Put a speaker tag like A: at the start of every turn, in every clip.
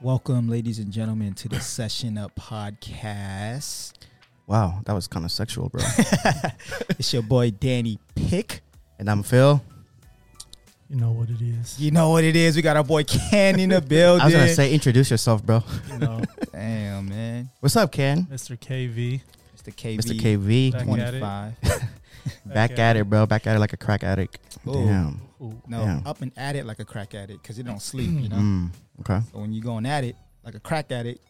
A: Welcome, ladies and gentlemen, to the Session Up podcast.
B: Wow, that was kind of sexual, bro.
A: It's your boy Danny Pick.
B: and I'm Phil.
C: You know what it is.
A: You know what it is. We got our boy Ken in the building.
B: I was gonna say, introduce yourself, bro.
C: You know,
A: damn man,
B: What's up, Ken?
C: Mr. KV.
A: Mr. KV,
B: Mr. KV,
C: Back
A: twenty
C: at it.
A: five.
B: back at it, bro. Back at it like a crack addict.
A: Oh.
B: Damn.
C: Ooh,
A: No,
B: Yeah.
A: up and at it like a crack addict because it don't sleep. You know,
B: Mm, okay.
A: so when you going at it like a crack addict,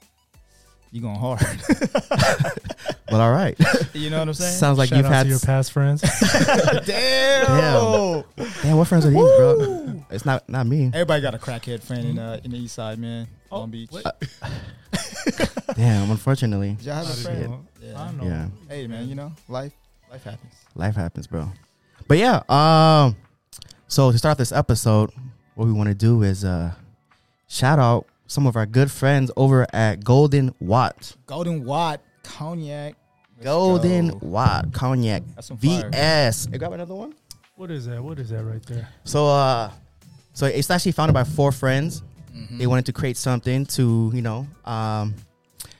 A: you going hard.
B: Well, all right.
A: you know what I'm saying?
B: Sounds like
C: shout
B: you've
C: out
B: had.
C: to your past friends.
A: damn.
B: Damn, what friends are these, bro? It's not not me.
A: Everybody got a crackhead friend in uh, in the East Side, man.
C: Oh,
A: Long Beach.
C: wait.
B: Damn, unfortunately,
A: Did y'all have a
C: I didn't
A: friend?
C: know.
A: Yeah.
C: I don't know.
B: Yeah.
A: Hey man, you know, life life happens.
B: life happens, bro. But yeah, um, so to start this episode, what we want to do is uh, shout out some of our good friends over at Golden Watt.
A: Golden Watt Cognac. Let's
B: Golden
A: go.
B: Watt Cognac
A: That's some fire.
B: VS. You grab another one.
C: What is that? What is that right there?
B: So uh so it's actually founded by four friends.
A: Mm.
B: They wanted to create something to, you know, um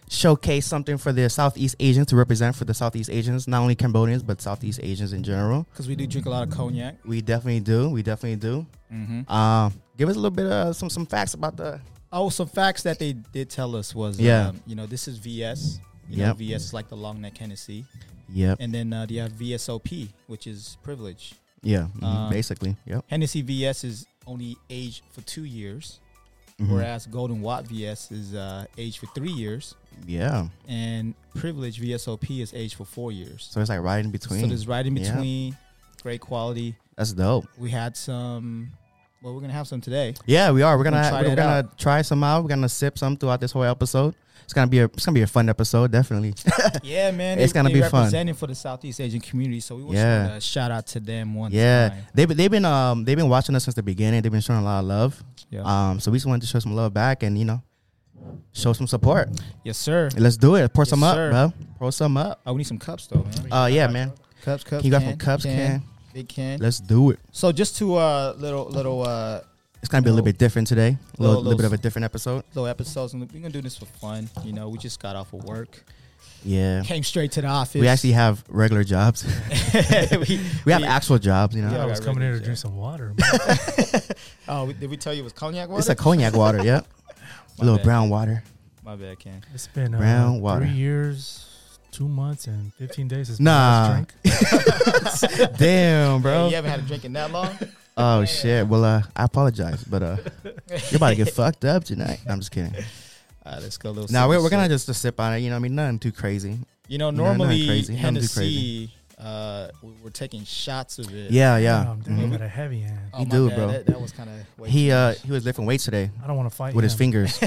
B: showcase something for the Southeast Asians to represent for the Southeast Asians, not only Cambodians but Southeast Asians in general.
A: Because we do drink a lot of cognac.
B: We definitely do. We definitely do.
A: Mm-hmm.
B: Um give us a little bit of some some facts about the
A: Oh, some facts that they did tell us was,
B: Yeah.
A: um, you know, this is VS. You know,
B: Yep.
A: VS is like the long neck Hennessy.
B: Yep.
A: And then uh, they have VSOP, which is privilege.
B: Yeah. mhm,
A: Uh,
B: basically. Yep.
A: Hennessy VS is only aged for two years,
B: Mhm.
A: whereas Golden Watt VS is uh, aged for three years,
B: Yeah.
A: and privilege VSOP is aged for four years.
B: So it's like right
A: So
B: in between.
A: there's right in
B: Yeah.
A: between, great quality.
B: That's dope.
A: We had some. Well, we're gonna have some today.
B: Yeah, we are. We're gonna
A: Gonna
B: we're
A: try
B: gonna,
A: that
B: try some out. We're gonna sip some throughout this whole episode. It's gonna be a it's gonna be a fun episode, definitely.
A: yeah, man,
B: It's gonna be fun.
A: Representing for the Southeast Asian community, so we want
B: Yeah.
A: to shout out to them one
B: Yeah,
A: time.
B: they've been- they've been um they've been watching us since the beginning. They've been showing a lot of love.
A: Yeah,
B: Um, so we just wanted to show some love back and you know, show some support.
A: yes, sir.
B: Let's do it. Pour
A: Yes,
B: some up,
A: sir.
B: bro. Pour some up.
A: Oh, we need some cups though, man.
B: Uh, yeah, man.
A: Cups, cups.
B: Can you grab some cups,
A: can,
B: can?
A: big can.
B: Let's do it.
A: So just to uh, little little uh,
B: It's gonna be a little
A: Little-
B: bit different today. A little,
A: little-
B: little bit of a different episode.
A: little episodes, and we're gonna do this for fun. You know, we just got off of work,
B: Yeah,
A: came straight to the office.
B: we actually have regular jobs.
A: we,
B: we have actual jobs. You know,
A: Yeah,
C: I
A: I
C: was
A: got
C: coming
A: rid of
C: here to
A: it,
C: drink some water.
A: Oh, we- did we tell you it was cognac water?
B: it's a cognac water. Yeah, a
A: My
B: little
A: bad.
B: brown water.
A: My bad, Ken.
C: it's been uh,
B: Brown water.
C: three years, two months, and 15 days. It's
B: Nah.
C: Drink.
B: Damn, bro.
A: Hey, you haven't had a drink in that long.
B: Oh shit. Well, uh, I apologize, but uh, you're about to get fucked up tonight. I'm just kidding.
A: All right, let's go. A little
B: Now
A: sip,
B: we're, we're
A: sip.
B: gonna just, just sip on it. You know, what I mean, nothing too crazy.
A: You know,
B: No, not
A: normally
B: crazy. Nothing too
A: Hennessy, uh, we- we're taking shots of it.
B: Yeah, yeah.
C: Um, damn, I
B: Mhm.
C: got a heavy hand.
A: oh,
B: you
A: my
B: do,
A: bad,
B: bro.
A: That, that was kind of
B: He uh he was lifting weights today
C: I don't want to fight
B: with his
C: him.
B: fingers.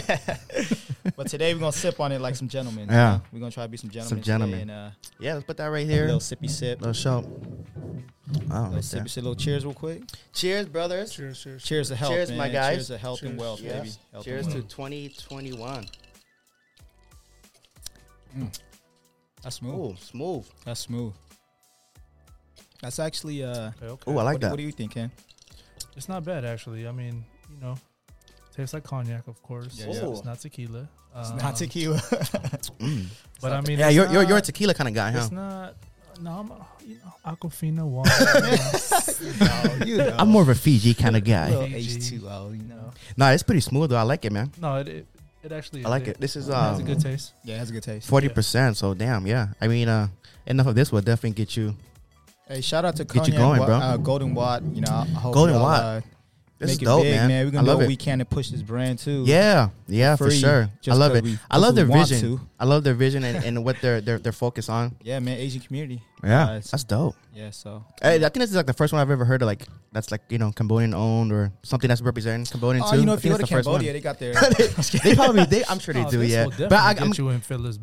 A: But today we're gonna sip on it like some gentlemen.
B: Yeah.
A: you know? we're gonna try to be some gentlemen.
B: Some
A: today
B: gentlemen.
A: and uh,
B: yeah, let's put that right
A: a
B: here.
A: little sippy sip.
B: Little show. Oh,
A: little
B: right there.
A: sippy sip. Little cheers, real quick.
B: Cheers, brothers.
C: Cheers, cheers.
A: Cheers to health.
B: Cheers, my
A: man.
B: guys.
A: Cheers to health and
C: Cheers.
A: wealth,
B: Yes.
A: baby. Health
B: Cheers
A: and
B: to
A: wealth.
B: 2021.
A: That's smooth.
B: Ooh, smooth.
A: That's smooth. That's actually. Uh,
C: Okay, okay.
B: Ooh, I like
A: what,
B: that.
A: what do you think, Ken?
C: It's not bad, actually. I mean, you know, tastes like cognac, of course.
A: Yeah,
B: yeah.
C: It's not tequila.
A: It's
C: Um,
A: not tequila.
B: Mm.
C: But I mean,
B: Yeah,
C: it's
B: you're, you're you're a
C: not-
B: tequila kind of guy, huh?
C: It's not. No, I'm a, you know Aquafina water. you know.
B: oh,
A: no, you know.
B: I'm more of a Fiji kind of guy.
A: little
C: Fiji.
A: H2O, you know.
B: nah, it's pretty smooth though. I like it, man.
C: No, it, it it actually.
B: I like it. This is
C: It has a
B: um
C: good taste.
A: Yeah, it has a good taste.
B: forty percent. So damn, yeah. I mean, uh, enough of this will definitely get you.
A: Hey, shout out to
B: Get
A: Kanye
B: you going,
A: Wa-
B: bro.
A: Uh, Golden Watt. You know, I hope
B: Golden
A: y'all,
B: Watt.
A: Uh,
B: This
A: make
B: is dope,
A: it big,
B: man.
A: We're gonna
B: I
A: do
B: love
A: what
B: it.
A: we can to push this brand too.
B: Yeah, yeah, for
A: free,
B: sure. I
A: just
B: love
A: 'cause
B: it.
A: we-
B: I love
A: 'cause we
B: their
A: want
B: vision.
A: to.
B: I love their vision and, and what they're they're they're focused on.
A: Yeah, man, Asian community. Uh, it's-
B: that's dope.
A: yeah, so
B: Hey, I think this is like the first one I've ever heard of like that's like you know Cambodian owned or something that's representing Cambodian
A: oh,
B: too.
A: you know,
B: I
A: if you
B: think
A: go to
B: that's the first
A: Cambodia, they got their
B: one. they probably they I'm sure they
C: Oh,
B: do
C: this
B: yeah.
C: will
B: But I,
C: definitely
B: I'm
C: get you in Phyllis'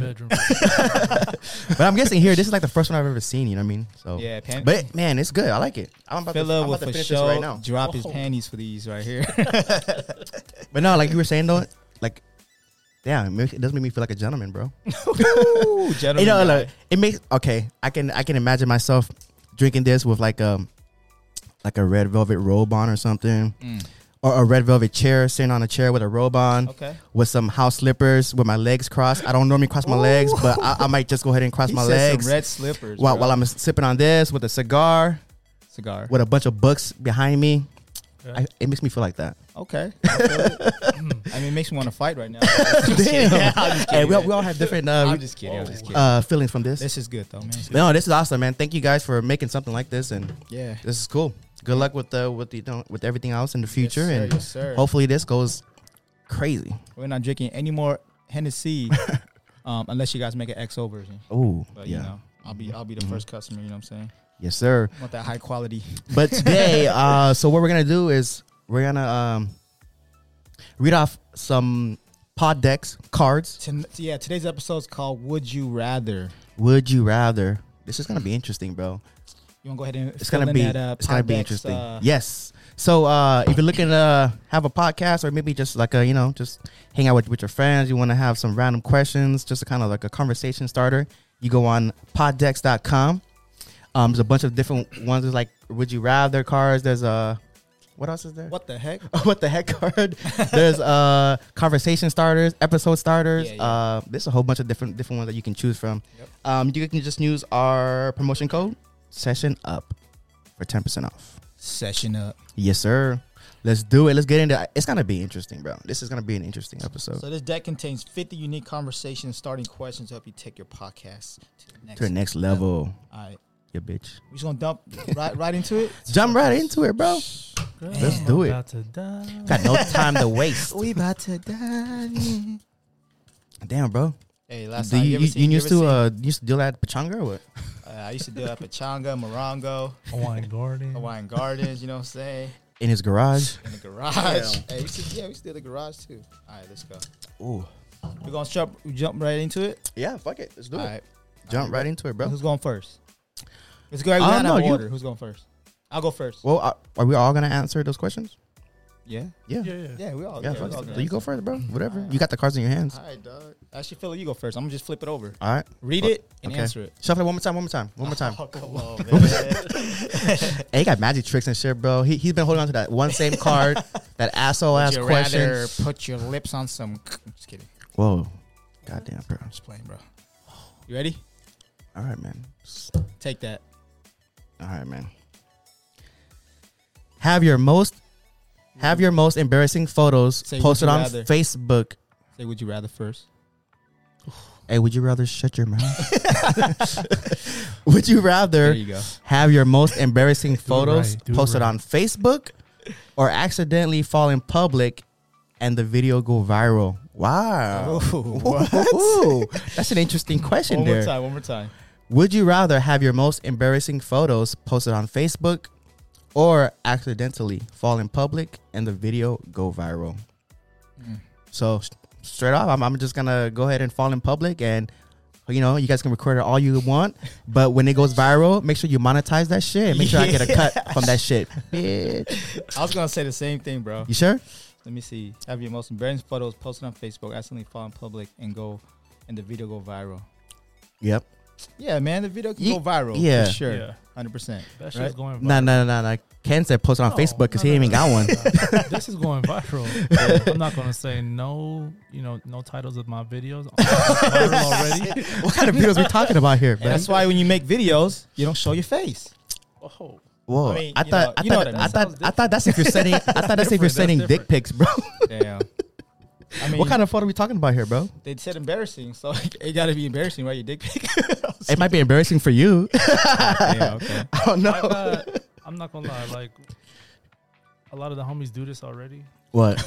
C: bedroom.
B: but I'm guessing here this is like the first one I've ever seen. You know what I mean? So
A: yeah. Pan-
B: But man, it's good. I like it. I'm about to,
A: Philip
B: I'm
A: will
B: about to
A: for
B: finish
A: sure
B: this right now. Oh.
A: drop his
C: Whoa.
A: panties for these right here.
B: But no, like you were saying though, like damn, it makes- it does make me feel like a gentleman, bro.
A: Ooh, gentlemen,
B: you
A: guy.
B: know, like, it makes okay. I can I can imagine myself drinking this with like um like a red velvet robe on or something,
A: Mm.
B: or a red velvet chair, sitting on a chair with a robe on,
A: Okay.
B: with some house slippers, with my legs crossed. I don't normally cross my legs, but I, I might just go ahead and cross
A: He
B: my
A: said
B: legs
A: Some red slippers.
B: while,
A: bro.
B: while I'm sipping on this with a cigar,
A: cigar.
B: with a bunch of books behind me.
C: Yeah.
B: I, it makes me feel like that.
A: Okay. I, feel it. I mean, it makes me want to fight right now. Damn.
B: Damn.
A: I'm just
B: Hey,
A: kidding.
B: we, all- we all have different uh,
A: I'm just kidding. I'm just kidding.
B: uh, feelings from this.
A: this is good though, man.
B: No, this is awesome, man. Thank you guys for making something like this, and
A: Yeah.
B: this is cool. Good luck with the with the you know, with everything else in the future,
A: yes, sir,
B: and
A: yes, sir.
B: hopefully this goes crazy.
A: We're not drinking any more Hennessy, um, unless you guys make an XO version.
B: Oh,
A: But
B: yeah,
A: you know, I'll be I'll be the
B: Mhm.
A: first customer. You know what I'm saying?
B: yes, sir.
A: Want that high quality?
B: But today, uh, so what we're gonna do is we're gonna um, read off some pod decks cards.
A: Ton- yeah. Today's episode is called "Would You Rather."
B: Would you rather? This is gonna be interesting, bro.
A: You want to go ahead and
B: It's
A: fill
B: gonna
A: in
B: be
A: that, uh,
B: it's gonna be
A: Podbex,
B: interesting.
A: uh,
B: yes. So uh, if you're looking to have a podcast or maybe just like a you know just hang out with, with your friends, you want to have some random questions, just a kind of like a conversation starter. You go on poddex.com. Um, there's a bunch of different ones. There's like would you rather cards. There's a what else is there?
A: What the heck?
B: what the heck card. There's uh conversation starters, episode starters.
A: Yeah, yeah.
B: Uh, there's a whole bunch of different different ones that you can choose from.
A: Yep.
B: Um, you can just use our promotion code session up for ten percent off.
A: Session up.
B: Yes, sir. Let's do it. Let's get into. It's gonna be interesting, bro. This is gonna be an interesting episode
A: So this deck contains 50 unique conversations, starting questions to help you take your podcast to the next.
B: to the next level.
A: All right,
B: Yeah, bitch.
A: we just gonna dump right right into it.
B: Jump right into it, bro. Let's do it.
C: About Mm, to die.
B: Got no time to waste.
A: We about to die.
B: Damn, bro.
A: Hey, last
B: do
A: time
B: you,
A: you, ever
B: you,
A: seen,
B: you used
A: ever
B: to uh you used to deal that pachanga or what?
A: seen- uh, I used to do that Pachanga, Morongo,
C: Hawaiian Garden.
A: Hawaiian Gardens. You know what I'm saying?
B: In his garage.
A: In the garage. Hey, we used to, yeah, we used to do the garage too. All right, let's go.
B: Ooh.
A: We're gonna jump jump right into it.
B: Yeah, fuck it. Let's do
A: All
B: it.
A: right,
B: Jump right into it, bro.
A: who's going first? It's good. We
B: I
A: had
B: don't
A: our
B: know, you-
A: order. Who's going first? I'll go first.
B: Well, are, are we all gonna answer those questions?
A: Yeah,
B: Yeah,
C: Yeah,
B: yeah.
C: yeah.
A: yeah, we all. we
B: fuck
A: all
B: it.
A: gonna
B: So you
A: answer.
B: go first, bro. Whatever.
A: Alright.
B: You got the cards in your hands.
A: All right, dog. Actually, Phil, you go first. I'm gonna just flip it over.
B: All right.
A: Read
B: Well,
A: it and
B: okay.
A: answer it.
B: Shuffle it one more time. One more time. One more time.
A: Oh, come on, man.
B: hey, he got magic tricks and shit, bro. He he has been holding on to that one same card, that asshole ass
A: Would you
B: question.
A: rather put your lips on some? Just kidding.
B: Whoa. Goddamn, bro.
A: I'm just playing, bro. You ready?
B: All right, man.
A: Take that.
B: All right, man. Have your most have your most embarrassing photos
A: Say, would
B: posted
A: you
B: on
A: rather.
B: Facebook.
A: Say, would you rather first?
B: Hey, would you rather shut your mouth? would you rather
A: There you go.
B: have your most embarrassing photos
C: right, do it
B: posted
C: right.
B: on Facebook or accidentally fall in public and the video go viral? Wow.
A: Ooh, Oh, what?
B: Ooh, that's an interesting question
A: One more
B: there.
A: time. One more time.
B: Would you rather have your most embarrassing photos posted on Facebook or accidentally fall in public and the video go viral?
A: Mm.
B: So s- straight off, I'm, I'm just gonna go ahead and fall in public, and you know, you guys can record it all you want, but when it goes viral, make sure you monetize that shit. and Make sure I get a cut from that shit, bitch.
A: I was gonna say the same thing, bro.
B: You sure?
A: Let me see. Have your most embarrassing photos posted on Facebook, accidentally fall in public, and go, and the video go viral.
B: Yep.
A: Yeah, man, the video can
B: Ye-
A: go viral.
B: yeah.
A: for sure,
C: Yeah.
A: hundred percent.
C: That shit's
A: Right?
C: going viral.
B: No, no, no, no. Ken said post it on
C: No,
B: Facebook because
C: no,
B: he
C: no,
B: ain't even got
C: no,
B: one.
C: no, no. this is going viral. I'm not gonna say no. You know, no titles of my videos. Viral already.
B: what kind of videos we talking about here,
A: And
B: man?
A: that's why when you make videos, you don't show your face.
C: Oh,
B: Whoa,
A: I
B: I,
A: mean, you know-
B: thought,
A: you know
B: I
A: what
B: thought,
A: I
B: I,
A: mean.
B: thought, I thought that's if you're sending, I thought that's if you're
C: different,
B: sending
C: that's
B: dick
C: different.
B: pics, bro.
A: Damn. I mean,
B: what kind of photo are we talking about here, bro?
A: They said embarrassing, so it got to be embarrassing, right? Your dick pic.
B: It might be embarrassing for you.
A: yeah, okay.
B: I don't
C: I
B: know.
C: got, I'm not gonna lie. Like a lot of the homies do this already.
B: What?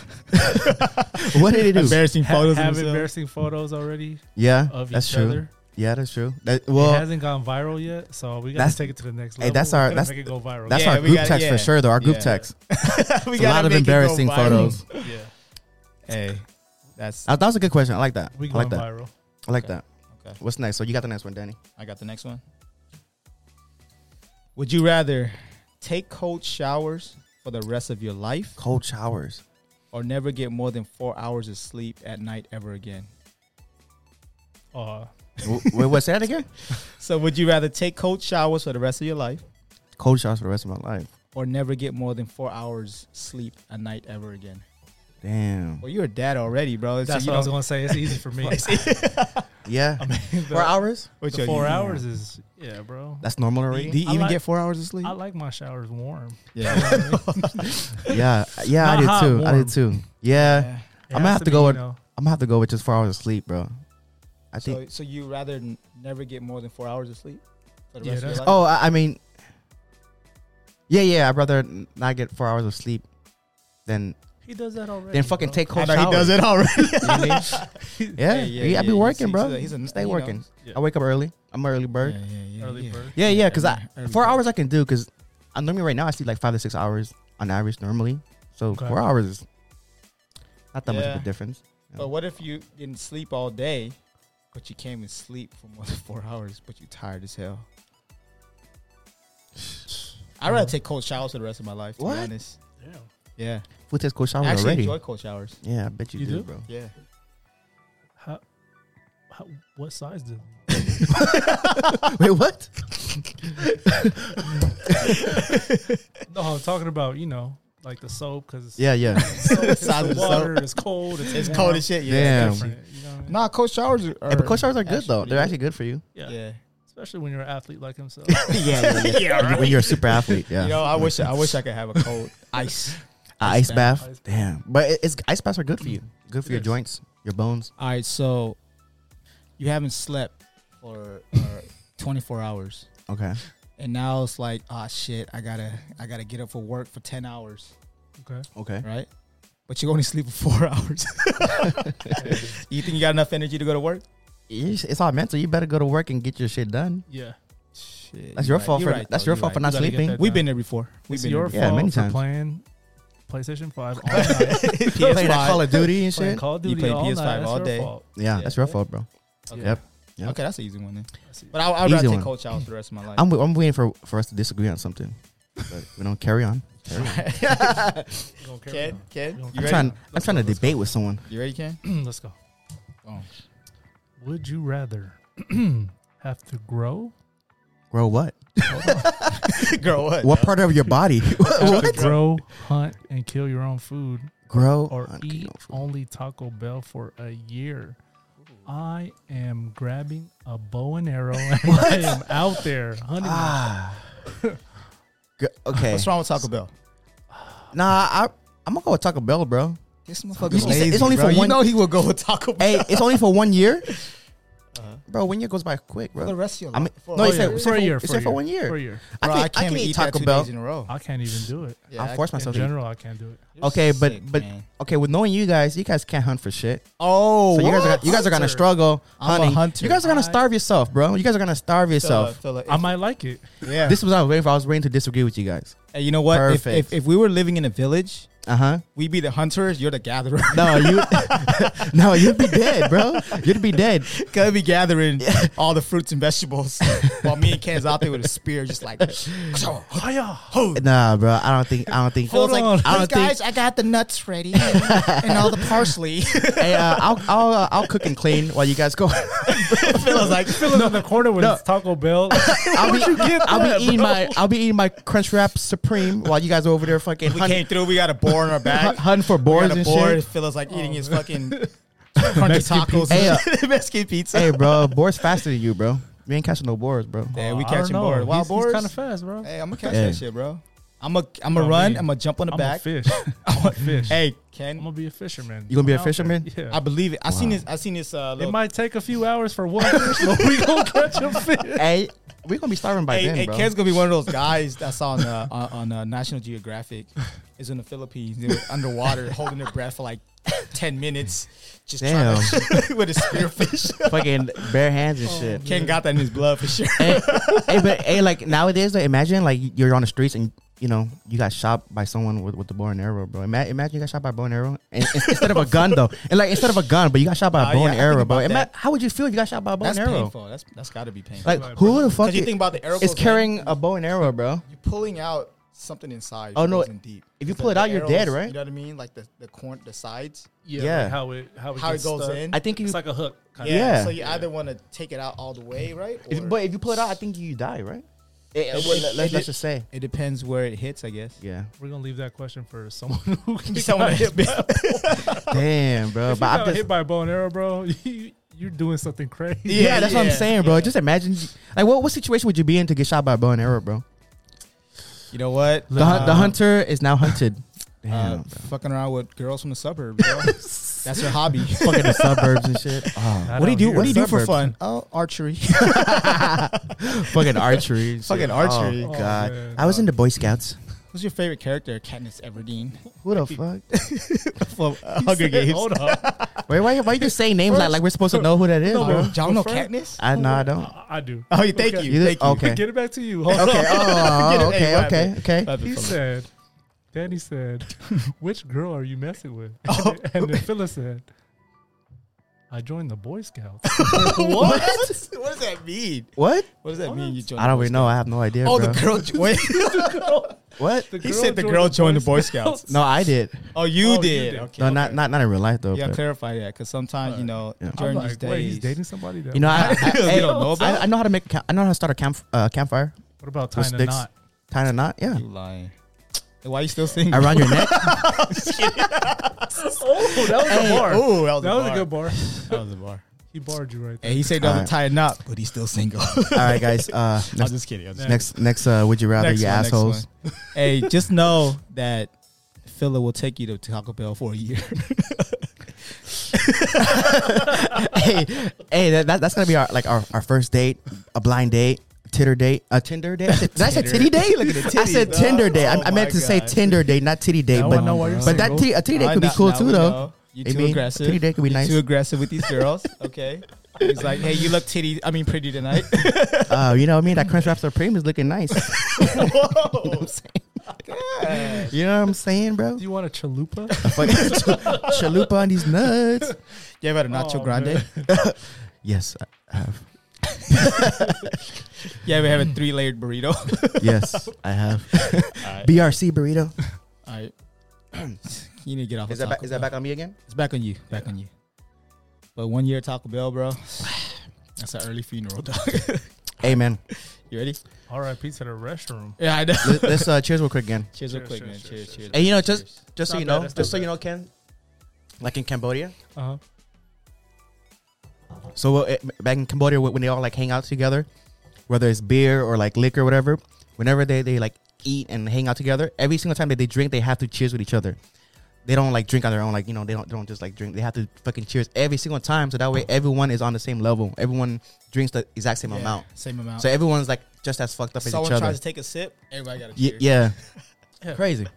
B: what did he do?
A: Embarrassing
C: Ha-
A: photos.
C: have
A: of themselves.
C: embarrassing photos already
B: Yeah,
C: of
B: that's
C: each
B: true.
C: other.
B: Yeah, that's true. That,
C: it
B: well,
C: hasn't gone viral yet, so we gotta
B: That's-
C: take it to the next
B: hey,
C: level.
B: that's
C: We
B: our-
C: gotta
B: that's-
C: make it go viral.
B: that's
A: Yeah,
B: our
A: we
B: group
A: gotta-
B: text
A: yeah.
B: for sure. Though our group
A: Yeah.
B: text,
A: we
B: it's a
A: gotta
B: lot of
A: make it go
B: embarrassing
A: viral.
B: photos.
C: yeah,
A: Hey, that's
B: Uh, that was a good question. I like that.
C: we
B: I
C: going
B: like that.
C: viral.
B: I like
A: Okay.
B: that.
A: Okay.
B: What's next? So you got the next one, Danny.
A: I got the next one. Would you rather take cold showers for the rest of your life
B: Cold showers.
A: or never get more than four hours of sleep at night ever again?
C: Uh,
B: W- Wait, what? Say that again.
A: So, would you rather take cold showers for the rest of your life
B: Cold showers for the rest of my life.
A: or never get more than four hours sleep a night ever again.
B: Damn.
A: Well, you're a dad already, bro.
C: That's
A: you
C: what I was
A: don't-
C: gonna say. It's easy for me.
B: Yeah.
C: I mean, the,
B: Four hours?
A: Which
C: the
A: are
C: four
A: you-
C: hours is yeah, bro.
B: That's normal
A: Do
B: already.
A: you
C: I
A: even
C: like-
A: get four hours of sleep?
C: I like my showers warm.
A: yeah.
B: Yeah. Yeah,
C: Not
B: I did
C: hot,
B: too. I
C: warm.
B: did too. Yeah.
C: It
B: I'm gonna
C: has
B: have to
C: be,
B: go
C: you
B: with-
C: know,
B: I'm gonna have to go with just four hours of sleep, bro. I think
A: So, so you rather n- never get more than four hours of sleep? For the
C: Yeah,
A: rest of your
C: that's-
A: life?
B: Oh, I, I mean, yeah, yeah. I'd rather n- not get four hours of sleep than
C: He does that already.
B: than fucking
C: bro.
B: take
A: I
B: cold
A: know
B: showers.
A: he does it already.
B: Yeah,
A: Yeah,
B: yeah,
A: yeah,
B: I be
A: yeah.
B: working,
A: He's-
B: bro.
A: he's a- he's a-
B: Stay
A: you know,
B: working.
C: yeah.
B: I wake up early. I'm an early bird.
A: Yeah, yeah, yeah,
C: early
A: yeah.
C: bird.
B: Yeah, yeah. Because
A: Early-
B: I
A: early
B: four
A: bird.
B: hours I can do. Because I normally right now I sleep like five to six hours on average normally. So
C: Okay.
B: four hours is not that much of
A: Yeah.
B: a difference.
A: But what if you didn't sleep all day, but you came and sleep for more than four hours, but you tired as hell? I'd rather take cold showers for the rest of my life. To
B: Mm. What?
A: be honest,
C: Damn.
A: yeah.
B: Full test cold shower
A: I actually
B: already.
A: enjoy cold showers.
B: Yeah, I bet you,
C: You
B: do,
C: do?
B: bro.
A: Yeah.
C: How, how, what size did?
B: Wait, what?
C: No, I'm talking about you know like the soap because
B: Yeah, yeah.
A: Size of the
C: water. It's cold. It's,
A: It's
C: warm,
A: cold as shit. Yeah.
B: Damn.
C: different, you know what I mean?
A: Nah, cold showers are.
B: Hey, but cold showers are good though.
A: actually
B: They're
A: good.
B: actually good for you.
C: yeah.
A: yeah.
C: especially when you're an athlete like himself.
B: yeah, yeah. When you're a super athlete, yeah.
A: You know, I wish I wish I could have a cold ice.
B: A ice
A: Ice
B: bath.
C: bath.
B: Damn. But it- it's ice baths are good for you. Good for
C: It
B: your
C: is.
B: joints, your bones.
A: All right, so you haven't slept for uh, 24 hours,
B: Okay.
A: and now it's like, ah, shit, I gotta, I gotta get up for work for 10 hours,
C: okay.
B: Okay.
A: right? But you only sleep for four hours. you think you got enough energy to go to work?
B: It's it's all mental. You better go to work and get your shit done.
C: Yeah.
A: Shit,
B: That's
A: you're
B: your
A: right,
B: fault
A: you're
B: for
A: right,
B: that's
A: though,
B: your
A: you're
B: fault for
A: right.
B: not
C: You gotta get
B: sleeping.
C: that
A: We've been there before. We've
C: It's
A: been
C: your
A: there
B: Yeah,
C: fault
B: many
C: for
B: times.
C: playing PlayStation Five all night.
A: before.
B: Playing that Call
A: PS5.
B: of Duty and
C: playing
B: shit.
C: Call of
A: You
C: Duty
A: play
C: all
A: PS5
C: night. That's
A: all
C: your
A: day.
C: fault.
B: Yeah,
A: Yeah.
B: that's your fault, bro.
A: Okay.
B: Yep. Yep.
A: Okay, that's an easy one then.
C: I see.
A: But I, I'd rather
B: Easy
A: take
B: one.
A: cold showers for the rest of my life.
B: I'm w- I'm waiting for for us to disagree on something, but we don't carry on.
C: You gonna carry
A: Ken,
C: on.
A: Ken,
C: You
A: you
B: I'm
A: ready?
B: trying I'm
C: Let's
B: trying to
C: go, let's
B: debate with someone.
A: You ready, Ken?
C: Let's go.
A: Oh.
C: Would you rather have to grow?
B: Grow what?
A: Girl, what?
B: What part of your body?
C: Have
B: what?
C: to grow, hunt, and kill your own food,
B: Grow
C: or
A: E
B: on-
C: eat only Taco Bell for a year. I am grabbing a bow and arrow, and I am out there hunting.
B: Ah. Gr- Okay.
A: What's wrong with Taco Bell?
B: Nah, I I'm gonna go with Taco Bell, bro.
A: This
B: You
A: motherfucker's
B: said it's only for
A: bro. You
B: one-
A: know he will go with Taco Bell
B: Hey, it's only for one year,
A: Uh-huh.
B: bro. One year goes by quick,
A: for the
B: bro.
A: rest of your
B: I
A: life.
B: mean,
A: For
B: no,
A: a
B: he
C: Oh,
B: said-
C: yeah,
B: he
A: year.
B: said
C: for a
B: for-
C: year,
B: he said for one year.
C: For a year.
B: I
A: Bro,
B: can,
A: I can't,
B: I can
A: eat,
B: eat
A: that
B: Taco
A: two
B: Bell.
A: days in a row.
C: I can't even do it.
A: Yeah,
B: I force
C: In
B: myself. to eat.
C: general, I can't do it.
A: You're
B: Okay, but-
A: sick,
B: but-
A: man.
B: Okay, with knowing you guys, you guys can't hunt for shit.
A: oh,
B: So you guys, are,
A: what?
B: gonna- you guys are gonna
C: Hunter.
B: struggle
A: I'm a
B: hunting.
A: hunter.
B: You guys are gonna
C: I-
B: starve yourself, bro. You guys are gonna starve
A: Fella,
B: yourself.
A: fella,
C: I
A: if-
C: might like it.
A: yeah.
B: This was not waiting for. I was waiting to disagree with you guys.
A: Hey, you know what? If, if
B: Perfect.
A: if we were living in a village,
B: Uh huh.
A: we'd be the hunters. You're the gatherer.
B: No, you. no, you'd be dead, bro. You'd be dead.
A: Gonna be gathering all the fruits and vegetables, while me and Ken's out there with a spear, just like.
C: Hiya.
B: Nah, bro. I don't think. I don't think.
A: Phil's like,
C: on.
A: "Hey,
B: I don't think-
A: guys, I got the nuts ready and all the parsley.
B: hey, uh, I'll I'll uh, I'll cook and clean while you guys go.
A: Phil's like,
C: Phil in the corner with
B: no.
C: his Taco Bell.
B: I'll be, I'll be eating my I'll be eating my Crunch Wrap Supreme while you guys are over there fucking
A: we
B: hunting,
A: came through. We got a boar on our back.
B: hunting for
A: We
B: boards
A: got a
B: and
A: boar.
B: shit. Oh.
A: Phil's like eating his fucking crunchy tacos,
B: pizza. uh,
A: and Mexican pizza.
B: Hey, bro, boards faster than you, bro. We ain't catching no boards, bro.
A: Hey, we
C: I don't
A: catching
C: know.
A: boars. Wild
C: He's-
A: boars?
C: He's kind of fast, bro.
A: Hey, I'm gonna catch
B: Hey.
A: that shit, bro. I'm a I'm a
C: Bro,
A: run.
C: me.
A: I'm gonna jump on the
C: I'm
A: back.
C: a fish. I'm a fish.
A: Hey,
C: I'm
A: Ken,
C: gonna be a fisherman.
B: You gonna be
C: I'm
B: a
C: out there.
B: fisherman?
A: I
C: Yeah.
A: believe it. I seen
B: Wow.
A: this. I seen this. Uh,
C: It
A: little,
C: might take a few hours for one fish, but we gonna catch a fish.
B: Hey, we gonna be starving by
A: hey,
B: then,
A: hey,
B: bro.
A: Ken's gonna be one of those guys that's on uh, on, on uh, National Geographic. Is in the Philippines, they were underwater, holding their breath for like ten minutes, just
B: Damn,
A: trying to with a spearfish.
B: fucking bare hands and shit.
A: Oh, Ken got that in his blood for sure.
B: hey, hey, but hey, like nowadays, like, imagine like you're on the streets and you know you got shot by someone with, with the bow and arrow, bro. Ima- imagine you got shot by a bow and arrow and, and- instead of a gun, though, and like instead of a gun, but you got shot by
A: Oh,
B: a bow
A: yeah, I
B: and
A: think
B: arrow, bro.
A: about
B: Ima-
A: that.
B: how would you feel if you got shot by a bow
A: That's
B: and arrow?
A: painful. That's that's got to be painful.
B: Like who the fuck
A: Because you think about the arrow
B: is
A: goes in,
B: carrying a bow and arrow, bro?
A: you're pulling out something inside.
B: Oh,
A: that
B: no.
A: goes in deep.
B: If you
A: Because
B: pull it
A: the
B: out, you're dead,
A: arrows,
B: right?
A: You know what I mean? Like the the corn, the sides,
C: Yeah.
B: Yeah.
C: like how it how it,
A: how it
C: gets
A: goes
C: stuck.
A: in.
B: I think you.
C: It's like a hook. Kind
A: yeah.
B: Yeah.
A: So you either want to take it out all the way, right?
B: if,
A: Or-
B: but if you pull it out, I think you die, right? It,
A: It-
B: well,
A: it-
B: let, us
A: it-
B: let's just say,
A: It depends where it hits, I guess.
B: yeah.
C: We're gonna leave that question for someone who can
A: Someone
C: got hit
A: that's
C: by-
B: Damn, bro.
C: if you
B: But I'm
C: got
B: just,
C: hit by a bow and arrow, bro. You, you're doing something crazy.
B: yeah, that's what I'm
A: yeah,
B: saying, bro.
A: yeah.
B: Just imagine, like, what what situation would you be in to get shot by a bow and arrow, bro?
A: You know what?
B: The, hun- the
A: Uh,
B: hunter is now hunted.
A: uh,
B: Damn,
A: fucking around with girls from the suburbs, bro. That's her hobby.
B: fucking the suburbs and shit. Oh.
C: Not
A: What do you
C: out
A: do?
C: here.
A: What do you do for
B: Suburbs.
A: fun? Oh, archery.
B: fucking archery. and
A: Fucking
B: shit.
A: archery.
B: Oh,
C: Oh,
B: God.
C: man,
B: I was in
C: no.
B: the Boy Scouts.
A: Who's your favorite character? Katniss Everdeen
B: Who the fuck?
A: from uh,
C: He
A: Hunger
C: said,
A: Games.
C: Hold up.
B: Wait, why, why you just saying names like, like we're supposed to know who that is,
C: No,
B: bro?
C: bro.
A: Y'all know
C: Well, first-
A: Katniss?
B: I no, I don't.
C: I, I do.
A: Oh, thank
C: Okay.
A: you.
B: You-
A: Thank you.
B: okay.
C: Get it back to you. Hold on.
B: Okay.
A: Get
B: Oh,
A: it, Uh, hey,
B: okay,
A: what
B: okay,
A: happened?
B: okay.
A: Love it
C: He
A: from it.
C: said, Danny said, which girl are you messing with?
A: Oh.
C: and then Phyllis said, I joined the Boy Scouts.
A: what? what does that mean?
B: What?
A: What does that mean? You joined
B: I don't
A: the
B: really know. I have no idea,
A: Boy Scouts? Oh,
B: bro.
A: the girl joined.
B: what?
C: The
A: he
C: girl
A: said the girl joined the Boy Scouts.
B: No, I did.
A: Oh, you
C: Oh, you
A: did.
C: did.
A: Okay.
B: No, not not not in real life though.
A: yeah,
B: but-
A: clarify that because sometimes you know
B: Yeah.
C: I'm
A: during
C: like,
A: these days,
C: wait, he's dating somebody? That
B: you know, I, I,
A: You
B: hey,
A: don't know
B: I,
A: about
B: I know how to make. a Cam- I know how to start a camp uh, campfire.
C: what about
B: with
C: tying a
B: sticks.
C: knot?
B: Tie a knot. Yeah,
A: you lying. Why you still single?
B: around your neck.
C: Oh, that was
A: Hey, ooh, that was,
C: That
A: a,
C: was
A: bar.
C: a good bar.
A: That was a bar.
C: He barred you right there.
A: And he said
B: All
A: doesn't
B: right.
A: tie a knot, but he's still single.
B: All right, guys. Uh,
A: I'm
B: next,
A: just kidding. I'm just
B: next, next. Uh, would you rather,
A: Next
B: you
A: one, next
B: assholes?
A: one. hey, just know that Phila will take you to Taco Bell for a year.
B: hey, hey, that, that, that's gonna be our like our, our first date, a blind date, titter date, a Tinder date. I said, did I say
A: Tinder.
B: titty date?
A: Look at the
B: I said
A: titties,
B: Tinder
A: dog.
B: date. I,
A: Oh
B: I meant
A: my
B: to say
A: God.
B: Tinder date, not titty date.
C: Now I
B: but
C: know why you're
B: but that
C: single.
B: titty, a titty date could be
A: Now-
B: cool
A: now
B: too
A: we
B: though.
A: know You're
B: I
A: too
B: mean,
A: aggressive.
B: titty date could be
A: You're
B: nice.
A: Too aggressive with these girls. Okay. He's like, hey, you look titty. I mean, pretty tonight.
B: Uh, you know what I mean? That crunch wraps supreme is looking nice.
A: Whoa.
B: You know what I'm saying, bro?
C: Do you want a chalupa?
B: Fuck, Chalupa on these nuts.
A: You ever had a nacho
C: Oh,
A: grande?
C: man.
B: Yes, I have.
A: You ever have a three layered burrito?
B: Yes, I have.
A: All
B: BRC burrito.
A: right. You need to get off.
B: Is
A: of
B: that back,
A: Taco
B: is that
A: Bell.
B: back on me again?
A: It's back on you. Back on you. But one year at Taco Bell, bro. That's an early funeral, dog.
B: Hey man,
A: You ready?
C: R.I.P. to the restroom.
A: Yeah, I know.
B: let- let's uh, cheers real quick again.
A: Cheers, real
C: Cheers,
A: quick,
C: cheers,
A: man.
C: cheers,
A: Cheers,
C: cheers.
A: cheers.
B: And you know, just just so
C: Not
B: you
C: bad,
B: know,
C: that's
B: just so
C: not
B: you know, Ken, like in Cambodia.
C: Uh-huh.
B: So uh, back in Cambodia, wh- when they all like hang out together, whether it's beer or like liquor, or whatever, whenever they they like eat and hang out together, every single time that they drink, they have to cheers with each other. They don't like drink on their own, like you know, they don't they don't just like drink. They have to fucking cheers every single time, so that way everyone is on the same level. Everyone drinks the exact same
A: Oh. Yeah,
B: amount,
A: Same amount.
B: so everyone's like just as fucked up as
A: Someone
B: each
A: tries
B: other.
A: to take a sip, everybody got to
B: Ye-
A: cheers.
B: yeah,
C: Yeah.
B: crazy.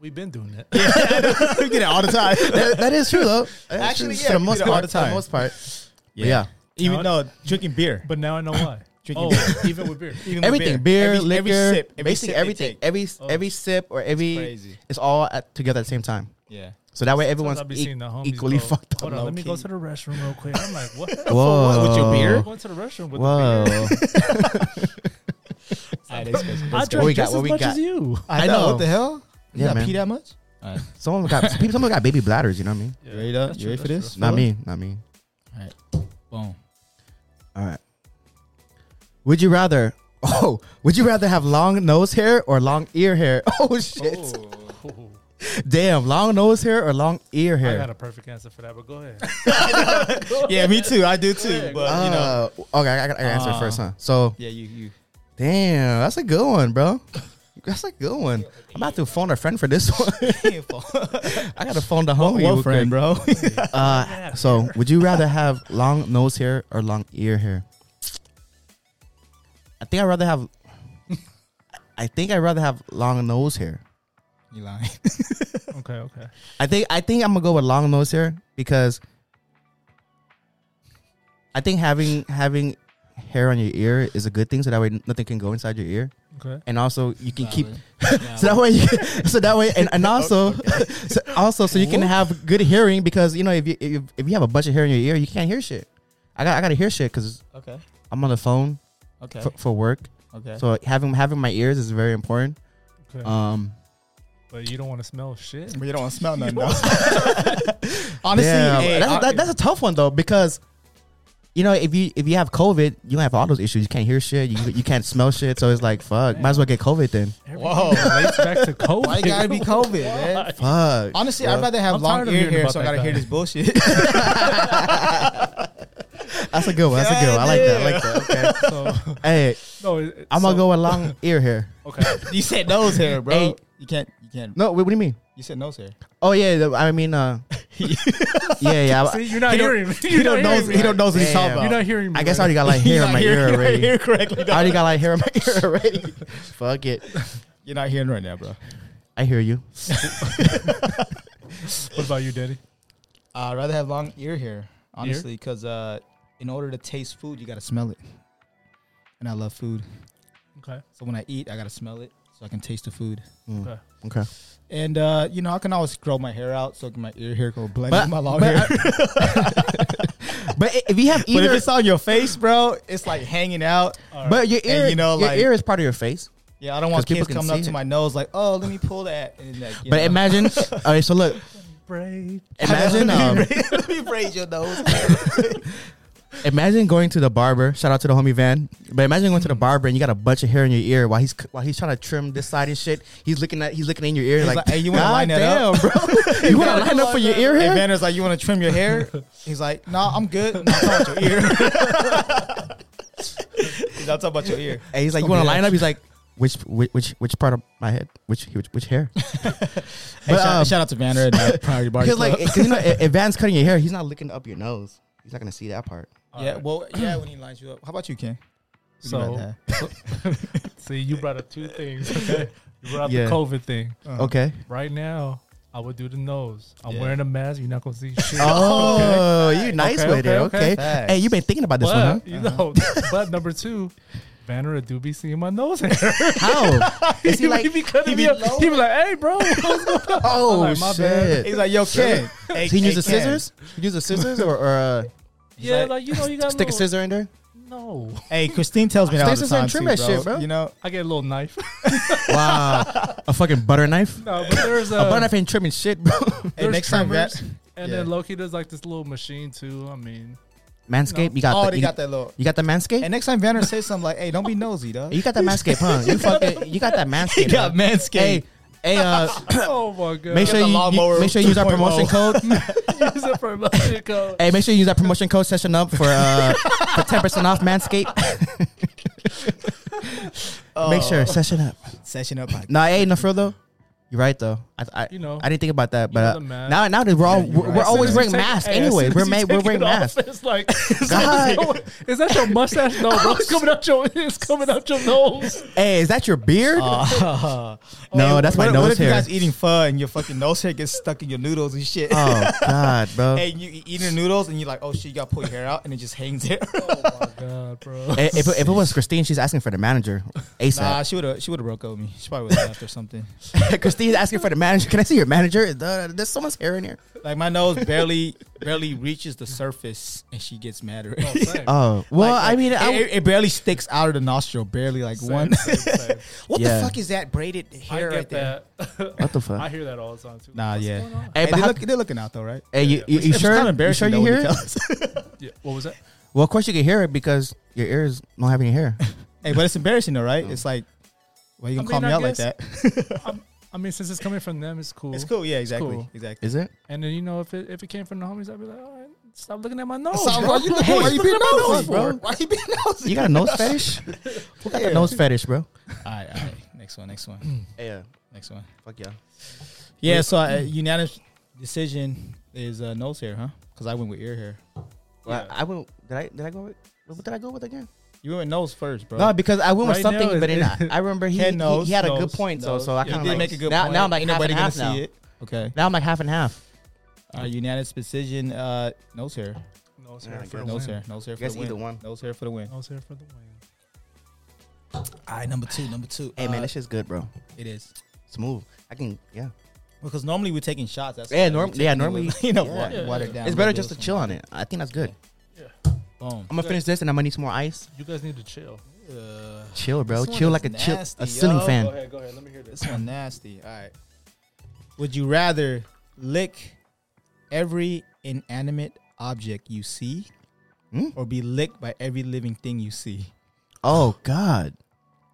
C: We've been doing that.
A: we get it all the time.
B: That- that is true though. That is
A: Actually,
B: true.
A: yeah,
B: for the
A: we
B: most
A: do it all
B: part,
A: the
B: for
A: time.
B: the most part, yeah.
A: Even though drinking beer,
C: But now I know why.
A: Drinking
C: oh, even with beer.
A: even with
B: Everything, beer,
A: every,
B: liquor,
A: every sip, every
B: basically
A: sip they
B: everything,
A: take.
B: every
C: Oh.
B: every sip or every
A: Crazy.
B: it's all at, together at the same time.
A: Yeah.
B: So that way
C: Sometimes
B: everyone's
C: I be
B: e-
C: seeing the homies
B: equally
C: go,
B: fucked up.
C: Hold on, let me
B: low-key.
C: go to the restroom real quick. I'm like, what?
B: Whoa.
A: With your beer?
C: I went to the restroom with
B: Whoa.
C: the beer.
A: Alright, that's crazy. That's
B: go.
C: I
B: What
C: drank
B: we
C: just
B: got, what
C: as
B: we
C: much
B: got?
C: as you.
A: crazy.
B: I know.
A: What the hell? You
B: Yeah,
A: gotta
B: man.
A: pee that much? All right.
B: someone got people, someone got baby bladders. You know what I mean?
A: You ready, dog?
C: That's
A: You
C: true,
A: ready for
C: that's
A: this?
C: true.
B: Not me. Not me.
A: Boom.
B: All right. Would you rather? Oh, would you rather have long nose hair or long ear hair? Oh shit!
C: Ooh.
B: Damn, long nose hair or long ear
C: I
B: hair?
C: got a perfect answer for that, but go ahead.
A: Yeah, me too. I do too. But you know.
B: Uh, okay, I got to answer
A: Uh.
B: first, huh? So
A: Yeah, you you
B: Damn, that's a good one, bro. That's a good one. I'm about to phone a friend for this one. I gotta phone the homie. real quick.
A: bro.
B: Uh, so, would you rather have long nose hair or long ear hair? I think I'd rather have. I think I'd rather have long nose hair.
A: you lying.
C: Okay, okay.
B: I think I think I'm gonna go with long nose hair because I think having having hair on your ear is a good thing, so that way nothing can go inside your ear,
C: Okay.
B: and also you can keep
A: Valid.
B: So that way, you can, so that way, and, and also, so also, so you can have good hearing because you know if you if, if you have a bunch of hair in your ear, you can't hear shit. I got I got to hear shit because
A: Okay.
B: I'm on the phone
A: Okay.
B: for, for work.
A: Okay.
B: So having having my ears is very important.
C: okay.
B: Um,
C: but you don't want to smell shit.
A: But you don't want to smell nothing. though. Honestly,
B: yeah,
A: hey,
B: that's,
A: I-
B: that, that's a tough one though because you know, if you if you have COVID, you have all those issues. You can't hear shit. You you can't smell shit. So it's like, fuck, might as well get COVID then.
A: Whoa.
C: relates back to COVID.
A: Why you gotta be COVID, man?
B: Fuck.
A: Honestly,
B: bro.
A: I'd rather have
C: I'm
A: long
C: tired of
A: ear
C: hearing
A: hair,
C: about
A: so I
C: that
A: gotta
C: guy.
A: hear this bullshit.
B: That's a good one. That's a good one. I like that. I like that. Okay.
C: So,
B: hey,
C: no, it- it-
B: I'm gonna
C: so-
B: go with long ear hair.
C: Okay.
A: you said nose hair, bro.
B: Hey.
A: You can't. You can't.
B: No, wait, what do you mean?
A: You said nose hair.
B: Oh yeah, the- I mean, uh, yeah, yeah. I-
C: See, you're not
A: He don't-
C: hearing. me.
A: he don't
C: You're not
A: know-
C: hearing me.
A: he don't know what he's talking
B: Damn.
A: about.
C: You're not hearing me.
B: I guess I already
C: right?
B: got like hair in my ear already.
A: You're correctly.
B: I already got like hair in my ear already. Fuck it.
A: You're not hearing right now, bro.
B: I hear you.
C: What about you, Daddy?
A: Uh, I'd rather have long ear hair, honestly, because uh, in order to taste food, you gotta smell it, and I love food.
C: Okay.
A: So when I eat, I gotta smell it so I can taste the food.
B: Mm.
C: Okay.
B: Okay.
A: And uh, you know, I can always grow my hair out so my ear hair go blend
B: But-
A: with my long
B: but-
A: hair.
B: But i- if you have
A: but if
B: either,
A: it's on your face, bro, it's like hanging out.
C: All right.
B: but your
A: and
B: ear,
A: you know,
B: your
A: like-
B: ear is part of your face.
A: Yeah, I don't want
B: 'Cause
A: kids
B: people can
A: coming up
B: see
A: to
B: it.
A: my nose like, oh, let me pull that. And like, you
B: But
A: know.
B: imagine. all right, so look,
C: brave.
B: imagine, um,
A: let me braid your nose.
B: imagine going to the barber. Shout out to the homie Van. But imagine going to the barber and you got a bunch of hair in your ear while he's c- while he's trying to trim this side and shit. He's looking at he's looking in your ear
A: He's
B: like,
A: like, "Hey, you wanna
B: "God
A: line that
B: damn,
A: up?"
B: bro? you want to line up for your ear
A: And
B: hair?
A: Vander's like, you want to trim your hair? He's like, no, nah, I'm good. No, I'm talking about your ear. He's not talking about your ear.
B: And he's like, you want to line up? He's like, which which which, which part of my head? Which which, which hair?
A: Hey, shout,
B: um,
A: shout out to Vander and uh, Priority Bar.
B: Because like,
A: Club.
B: cause, you know, if if Van's cutting your hair, he's not looking up your nose. He's not gonna see that part.
A: yeah, well, yeah, when he lines you up. How about you, Ken? What do you
C: So,
A: got
C: see, you brought up two things. Okay. You brought up
B: Yeah.
C: the COVID thing.
A: there? Uh,
B: Okay.
C: Right now, I would do the nose. I'm
A: Yeah.
C: wearing a mask. You're not gonna see shit.
B: Oh, you nice
C: Okay,
B: with it.
C: okay,
B: Okay.
C: okay.
A: Facts.
B: Hey, you've been thinking about this
C: but
B: one, Uh-huh.
C: you know, but number two, Vanner do be seeing my nose hair.
B: huh? How? Is he like?
C: be cutting
A: he
C: me
A: be
C: up. He be like, "Hey, bro, what's going on?"
B: Oh
C: I'm like, my bad.
B: shit!
A: He's like, yo, Ken. hey,
B: he
A: hey,
B: use the
A: Ken.
B: scissors? He use the scissors or, or uh,
C: Yeah,
A: like-
C: like, you know, you got
B: stick a
C: little-
B: scissor in there?
C: No,
A: Hey, Christine tells me that all the
B: Scissors and
A: time too,
B: trim that
A: bro.
B: shit, bro.
A: You know,
C: I get a little knife.
B: Wow, a fucking butter knife.
C: no, but there's a,
B: A butter knife ain't trimming shit, bro.
A: hey,
C: There's
A: next time, Van-
C: trimmers. and then
A: yeah.
C: Loki does like this little machine too. I mean,
B: Manscape,
C: No.
B: you got
A: oh,
B: the
A: they
B: you,
A: got that little.
B: you got the manscape.
A: And next time Vander says something like, "Hey, don't be nosy, dog."
B: you got that manscape, huh? You fucking you got that manscape. huh?
A: manscaped.
B: hey, hey, uh,
C: oh my god,
B: make sure
A: the
B: you, you
A: lawnmower
B: make sure you use our promotion code.
C: use it for emotion code.
B: hey, make sure you use that promotion code session up for uh for ten percent off manscape. Make
A: Oh.
B: sure session up.
A: session up. Like,
B: No, hey, no further. You're right though. I, I
C: You know,
B: I didn't think about that,
C: know
B: but uh,
C: the mask.
B: now now that we're all
A: you're
B: we're,
A: right.
B: we're
A: As soon
B: always
A: as
B: wearing
C: Take-
B: masks
C: hey, as
B: anyway.
C: soon as
B: We're
C: you
B: made,
C: take
B: we're
C: it
B: wearing
C: off,
B: masks.
C: It's like, is
B: God.
C: that, is that your mustache? No, bro, it's coming out your, it's coming out your nose.
B: Hey, is that your beard?
A: uh,
B: no, that's my
A: what, What
B: nose
A: if you
B: hair.
A: guys eating pho and your fucking nose hair gets stuck in your noodles and shit?
B: oh God, bro.
A: hey, you eating noodles and you're like, "Oh shit, you got to pull your hair out," and it just hangs there.
C: Oh god, bro.
B: Hey, if, if it was Christine, she's asking for the manager
A: nah,
B: ASAP.
A: she would have. She would have broke up with me. She probably would have left or something.
B: Christine's asking for the manager. Can I see your manager? Uh, There's someone's hair in here.
A: Like my nose barely, barely reaches the surface, and she gets mad already.
C: Same.
B: Oh well,
A: Like,
B: I
A: like,
B: mean,
A: it,
B: I w-
A: it, it barely sticks out of the nostril, barely like
C: Same,
A: one.
C: same, same.
A: What
B: Yeah.
A: the fuck is that braided hair
C: I get
A: right there?
C: that.
B: what the
C: I
B: fuck?
C: hear that all the time too.
A: Nah,
C: What's
A: yeah.
C: going on?
B: Hey,
A: Hey,
B: but
A: they
B: how-
A: look, they're looking out though, right?
B: Hey, you, you, you
A: It's
B: sure?
A: kind of
B: You
A: embarrassing.
B: sure you
A: though, when
B: hear?
A: tell
B: it?
A: us.
C: Yeah, What was that?
B: Well, of course you can hear it because your ears don't have any hair.
A: hey, but it's embarrassing though, right? It's like, why you
C: I
A: gonna call
C: mean,
A: me
C: I
A: out like
C: guess-
A: that?
C: I mean, since it's coming from them, it's cool.
A: It's cool. Yeah, exactly,
C: cool.
A: exactly.
B: Is it?
C: And then you know, if it if it came from the homies, I'd be like, all right, stop looking at my nose.
A: So
C: bro.
A: why you, look- why
C: Hey,
A: you being
C: stop looking at my
A: nosy,
C: nose,
A: bro? Why you being nosy?
B: You got a nose fetish? Who got the
A: Yeah.
B: nose fetish, bro?
A: All right, all right. Next one. Next one.
B: Yeah.
A: Next one.
B: uh, Fuck yeah.
A: Yeah. So uh, unanimous decision is uh, nose hair, huh? Because I went with ear hair.
B: Well,
C: Yeah.
B: I, I went. Did I? Did I go with? What did I go with again?
A: You went with nose first, bro.
B: No, because I went with
C: Right
B: something,
C: now,
B: but then
C: it-
B: I, I remember he,
A: Ken
B: he,
A: knows,
B: he had a
C: knows,
B: good point though,
C: knows.
B: so I
C: You
A: you
B: kind of
A: did
B: like,
A: make a good
B: now,
A: point.
B: Now I'm like
A: Ain't
B: half
A: nobody
B: and
A: gonna
B: half
A: see
B: now.
A: it. Okay.
B: Now I'm like half and half.
A: Uh, unanimous decision. Uh, nose hair.
C: Nose
B: Yeah,
C: hair
B: I
C: for the
B: guess.
A: Nose
C: win.
A: hair. Nose hair for
B: Guess
A: the win.
B: either one.
A: Nose hair for the win.
C: Nose hair for the win.
A: All right, number two, number two.
B: Hey
A: Uh,
B: man, this shit's good, bro.
A: it is
B: Smooth. I can. Yeah.
A: because normally we're taking shots. That's
B: Yeah,
A: why
B: norm-
A: we're taking
B: yeah,
A: it
B: normally-
A: with, you know,
B: yeah.
A: wa-
C: Yeah.
A: watered down.
B: It's
A: a
B: better
A: little
B: just to
A: bit.
B: chill on it. I think that's good.
A: Boom.
B: I'm gonna finish this and I'm gonna need some more ice.
C: You guys need to chill.
A: Uh,
B: Chill, bro.
A: This one
B: Chill
A: is
B: like a chill, a
A: nasty,
B: ceiling
A: yo.
B: fan.
C: Go ahead, go ahead. Let me hear this.
A: this one nasty. All right. Would you rather lick every inanimate object you see,
B: Hmm?
A: or be licked by every living thing you see.
B: Oh God.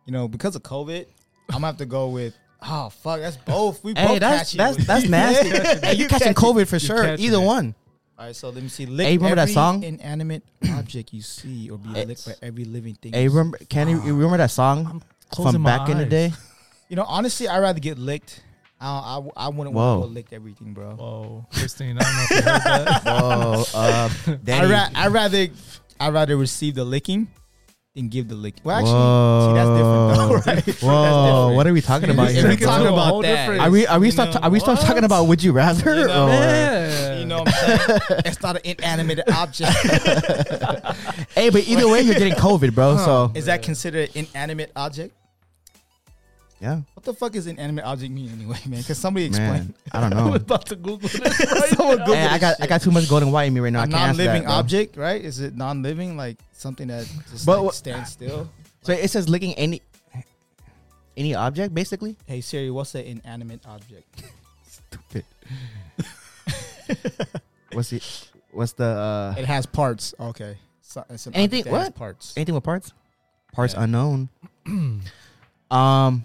A: You know, because of COVID, I'm gonna have to go with. Oh fuck, that's both. We
B: Hey,
A: both catch
B: that's
A: it.
B: that's that's nasty. hey, you catching COVID for
C: You
B: sure.
C: catching
B: Either
C: it.
B: one.
A: All right, so let me see. Lick
B: Hey, remember that
A: every
B: song?
A: Inanimate object you see, or be licked by every living thing.
B: Hey,
A: you see.
B: remember, can you, you remember that song
C: closing
B: from
C: my
B: back in the
C: eyes.
B: day?
A: You know, honestly, I'd rather get licked. I don't, I, I wouldn't want
B: Whoa.
A: to go lick everything, bro.
C: Whoa, Christine, I don't know if you heard that.
B: Oh, uh,
A: I
B: Danny.
A: ra- I rather I rather receive the licking than give the lick. Well, actually, see that's
B: Whoa.
A: different. Though, right? That's
B: Whoa,
A: different.
B: what are we talking about
A: If
B: here?
A: we
B: bro?
A: talk about
C: Whole
A: that,
C: different-
B: Are we are we
A: You
B: start
A: know,
B: are we still talking
C: what?
B: about would you rather?
A: You know,
B: or-
C: Yeah.
A: you know what I'm saying? It's not an inanimate object.
B: Hey, but either way, you're getting COVID, bro. So
A: Is that considered inanimate object?
B: yeah,
A: What the fuck is inanimate object mean anyway, man? Because somebody
B: man,
A: explain.
B: I don't
C: I was
B: know.
C: about to Google this.
A: Someone Google
B: Hey, I
A: this
B: got I
A: shit.
B: got too much golden white in me right now. I
A: a
B: can't answer that.
A: non-living
B: bro.
A: object, right? Is it non-living, like something that just
B: But
A: like,
B: what-
A: stands still?
B: So it says licking any any object, basically.
A: Hey Siri, what's an inanimate object?
B: Stupid. what's the what's the uh,
A: It has parts. Okay. So, it's an
B: Anything-
A: object that has
B: what?
A: parts.
B: anything with parts? Parts
A: Yeah.
B: unknown. um,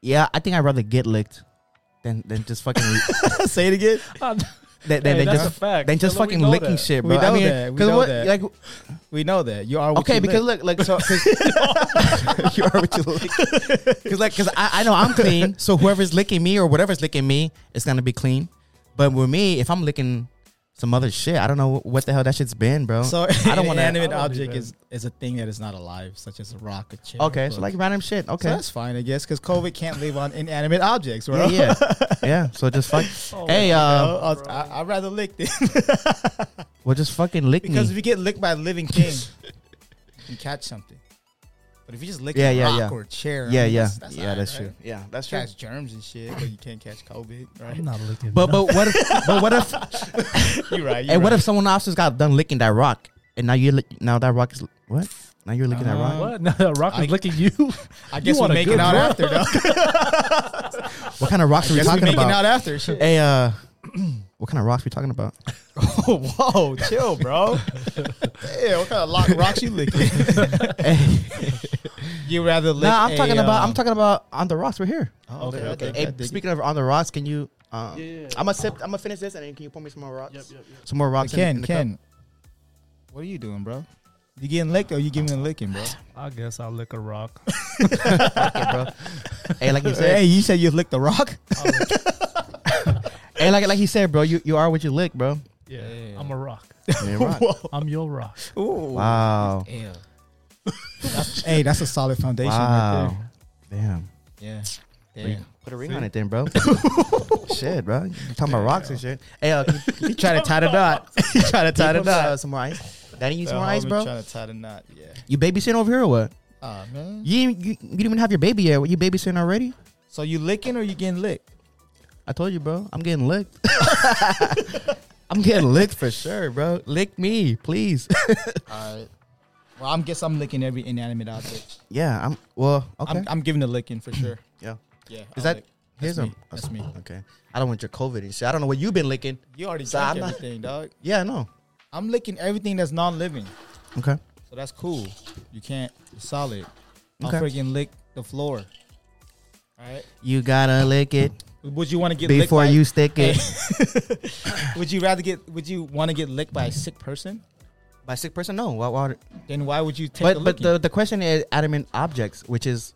B: yeah, I think I'd rather get licked than than just fucking
A: Say it again.
B: than, than,
C: Hey,
B: than
C: that's a
B: just
C: fact.
B: than just
C: Hello, we
B: fucking
C: know
B: licking
C: that.
B: shit,
A: We
B: bro. I
A: know
B: mean,
A: that, we
B: 'cause
A: know
B: what-
A: that.
B: like
A: We know that you are what
B: okay,
A: you
B: because
A: lick.
B: look, like so, cause you are what you lick. Because like, because I, I know I'm clean, so whoever's licking me or whatever's licking me is gonna be clean. But with me, if I'm licking some other shit, I don't know what the hell that shit's been, bro.
A: so
B: I don't
A: an
B: want to.
A: inanimate
C: I don't
A: object
C: even-
A: is is a thing that is not alive, such as a rock, a chair.
B: Okay,
A: a
B: so
A: book.
B: like random shit.
A: So
B: Okay,
A: that's fine, I guess, because COVID can't live on inanimate objects, bro.
B: yeah, yeah, yeah. So just fuck.
C: Oh,
B: hey,
A: You
B: uh,
A: know, I'll- Um, I, I'd rather lick this
B: well, just fucking lick
A: because if
B: me.
A: you get licked by a living thing, you can catch something. But if you just lick
B: Yeah,
A: a
B: yeah,
A: rock
B: yeah.
A: or a chair, I
B: Yeah,
A: mean,
B: yeah,
A: that's, that's
B: yeah.
A: alright,
B: That's
A: right?
B: true. Yeah, that's true.
A: Catch germs and shit, but you can't catch COVID,
B: uh,
A: right?
C: I'm not looking.
B: But but what if but what if
A: You're right.
B: and what if someone else just got done licking that rock and now you're lick- now that rock is what now you're licking that
A: Uh,
B: rock.
C: what? No, that rock
A: I-
C: is licking you.
A: I guess
C: You
A: we
C: want a
A: make
C: good
A: it out
C: rock.
A: after, though.
B: What kind of rocks are we
A: Guess we
B: talking
A: make it
B: about?
A: out after. Shit.
B: Hey, uh, what kind of rocks we talking about?
A: Oh, whoa, chill, bro. yeah, what kind of lock rocks you licking? you rather lick?
B: No, I'm
A: a,
B: talking about. I'm
A: um,
B: talking about on the rocks. We're here.
A: Oh, okay,
C: Okay,
A: okay.
C: okay.
A: okay.
B: Hey, speaking of on the rocks, can you? Uh,
C: Yeah, yeah, yeah.
B: I'm gonna sip. I'm gonna finish this, and then can you pour me some more rocks?
C: Yep, yep, yep.
B: Some more rocks. in-
A: Ken,
B: in the cup?
A: Ken, what are you doing, bro? You getting licked or you giving a licking, bro?
C: I guess I'll lick a rock.
B: Okay, bro. hey, like you
A: hey,
B: said.
A: you said you licked the rock.
C: I'll lick-
B: hey, like like he said, bro. You you are what you lick, bro.
C: yeah,
A: Yeah.
C: I'm a rock.
B: Yeah, rock.
C: I'm your rock.
A: Ooh.
B: Wow.
A: Ew. That's- hey, that's a solid foundation.
B: Wow.
A: Right
B: Damn.
A: there. Yeah.
B: Well, you
A: Damn.
B: Put a ring on it, then, bro. shit, bro. You talking about rocks and shit. Hey, uh, can you, try to tie the knot. you try to tie the knot. Uh, some more ice. Daddy, you need some more ice, bro.
A: Trying to tie the knot. Yeah.
B: You babysitting over here or what?
A: Ah man.
B: You ain't- you, you didn't even have your baby yet. What, You babysitting already?
A: So you licking or you getting licked?
B: I told you, bro. I'm getting licked. I'm getting licked for sure, bro. Lick me, please.
A: All right. Well, I'm guess I'm licking every inanimate object.
B: yeah, I'm. Well, okay.
A: I'm, I'm giving a licking for sure.
B: yeah.
A: Yeah.
B: Is
A: I'll
B: that?
A: lick.
B: Here's
A: that's
B: a.
A: me. That's me.
B: Okay. I don't want your COVID and shit. I don't know what you've been licking.
A: You already
B: So
A: drank
B: I'm not-
A: everything, dog.
B: Yeah, I know.
A: I'm licking everything that's non-living,
B: Okay.
A: so that's cool. You can't. It's solid.
B: Okay.
A: I'll freaking lick the floor. All right.
B: You gotta lick it
A: Would you want to get
B: before
A: licked
B: you stick
A: By,
B: it.
A: would you rather get? Would you want to get licked by a sick person?
B: By sick person, no. Why, why,
A: Then why would you take?
B: but
A: the
B: but
A: licking?
B: the, the question is adamant objects, which is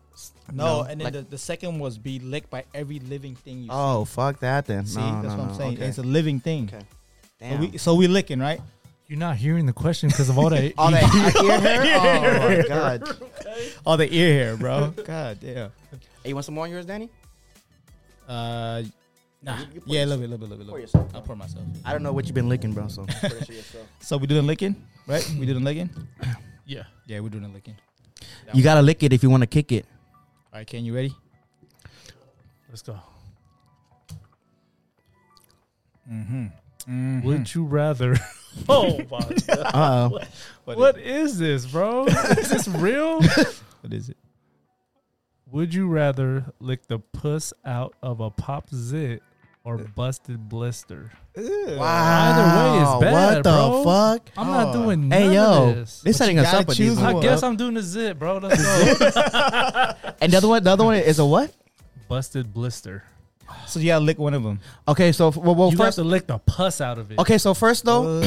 A: no,
B: no,
A: and then
B: like-
A: the, the second was be licked by every living thing you
B: oh fuck that then.
A: see. See,
B: no,
A: that's what
B: no, no.
A: I'm saying.
B: Okay.
A: It's a living thing.
B: Okay.
A: So
B: Damn.
A: we, so we licking, right?
C: You're not hearing the question because of all that.
B: all that ear hair. Oh my god.
A: All Oh, the ear hair, bro. God damn.
B: Hey, you want some more on yours, Danny?
A: Uh, nah.
B: You- you pour
A: yeah, a little bit, a
B: yourself.
A: little bit, a little
B: Pour
A: bit.
B: yourself.
A: I'll pour myself.
B: I don't know what you've been licking, bro. So
A: So we doing licking, right? We doing licking.
C: yeah.
A: Yeah, we're doing licking.
B: you gotta lick it if you want to kick it.
A: All right, Ken, you ready?
C: Let's go.
A: Mm-hmm. mm
C: Would
B: Mm-hmm.
C: you rather? oh my god!
B: Uh oh.
C: What is this, bro? Is this real?
A: What is it?
C: Would you rather lick the puss out of a pop zit or busted blister.
A: Ew.
C: Either way is bad,
B: what
C: bro.
B: the fuck?
C: I'm
A: Oh.
C: not doing none
B: Hey yo,
C: of this.
B: they're
A: But
B: setting
A: you
B: us
A: gotta
B: up with these.
A: choose
C: I
B: ones.
A: one.
C: guess I'm doing the zip, bro. Let's go.
B: And the other one, the other one is a what?
C: busted blister.
A: So you gotta lick one of them.
B: Okay, so f- well, well
C: you
B: first,
C: have to lick the pus out of it.
B: okay, so first though,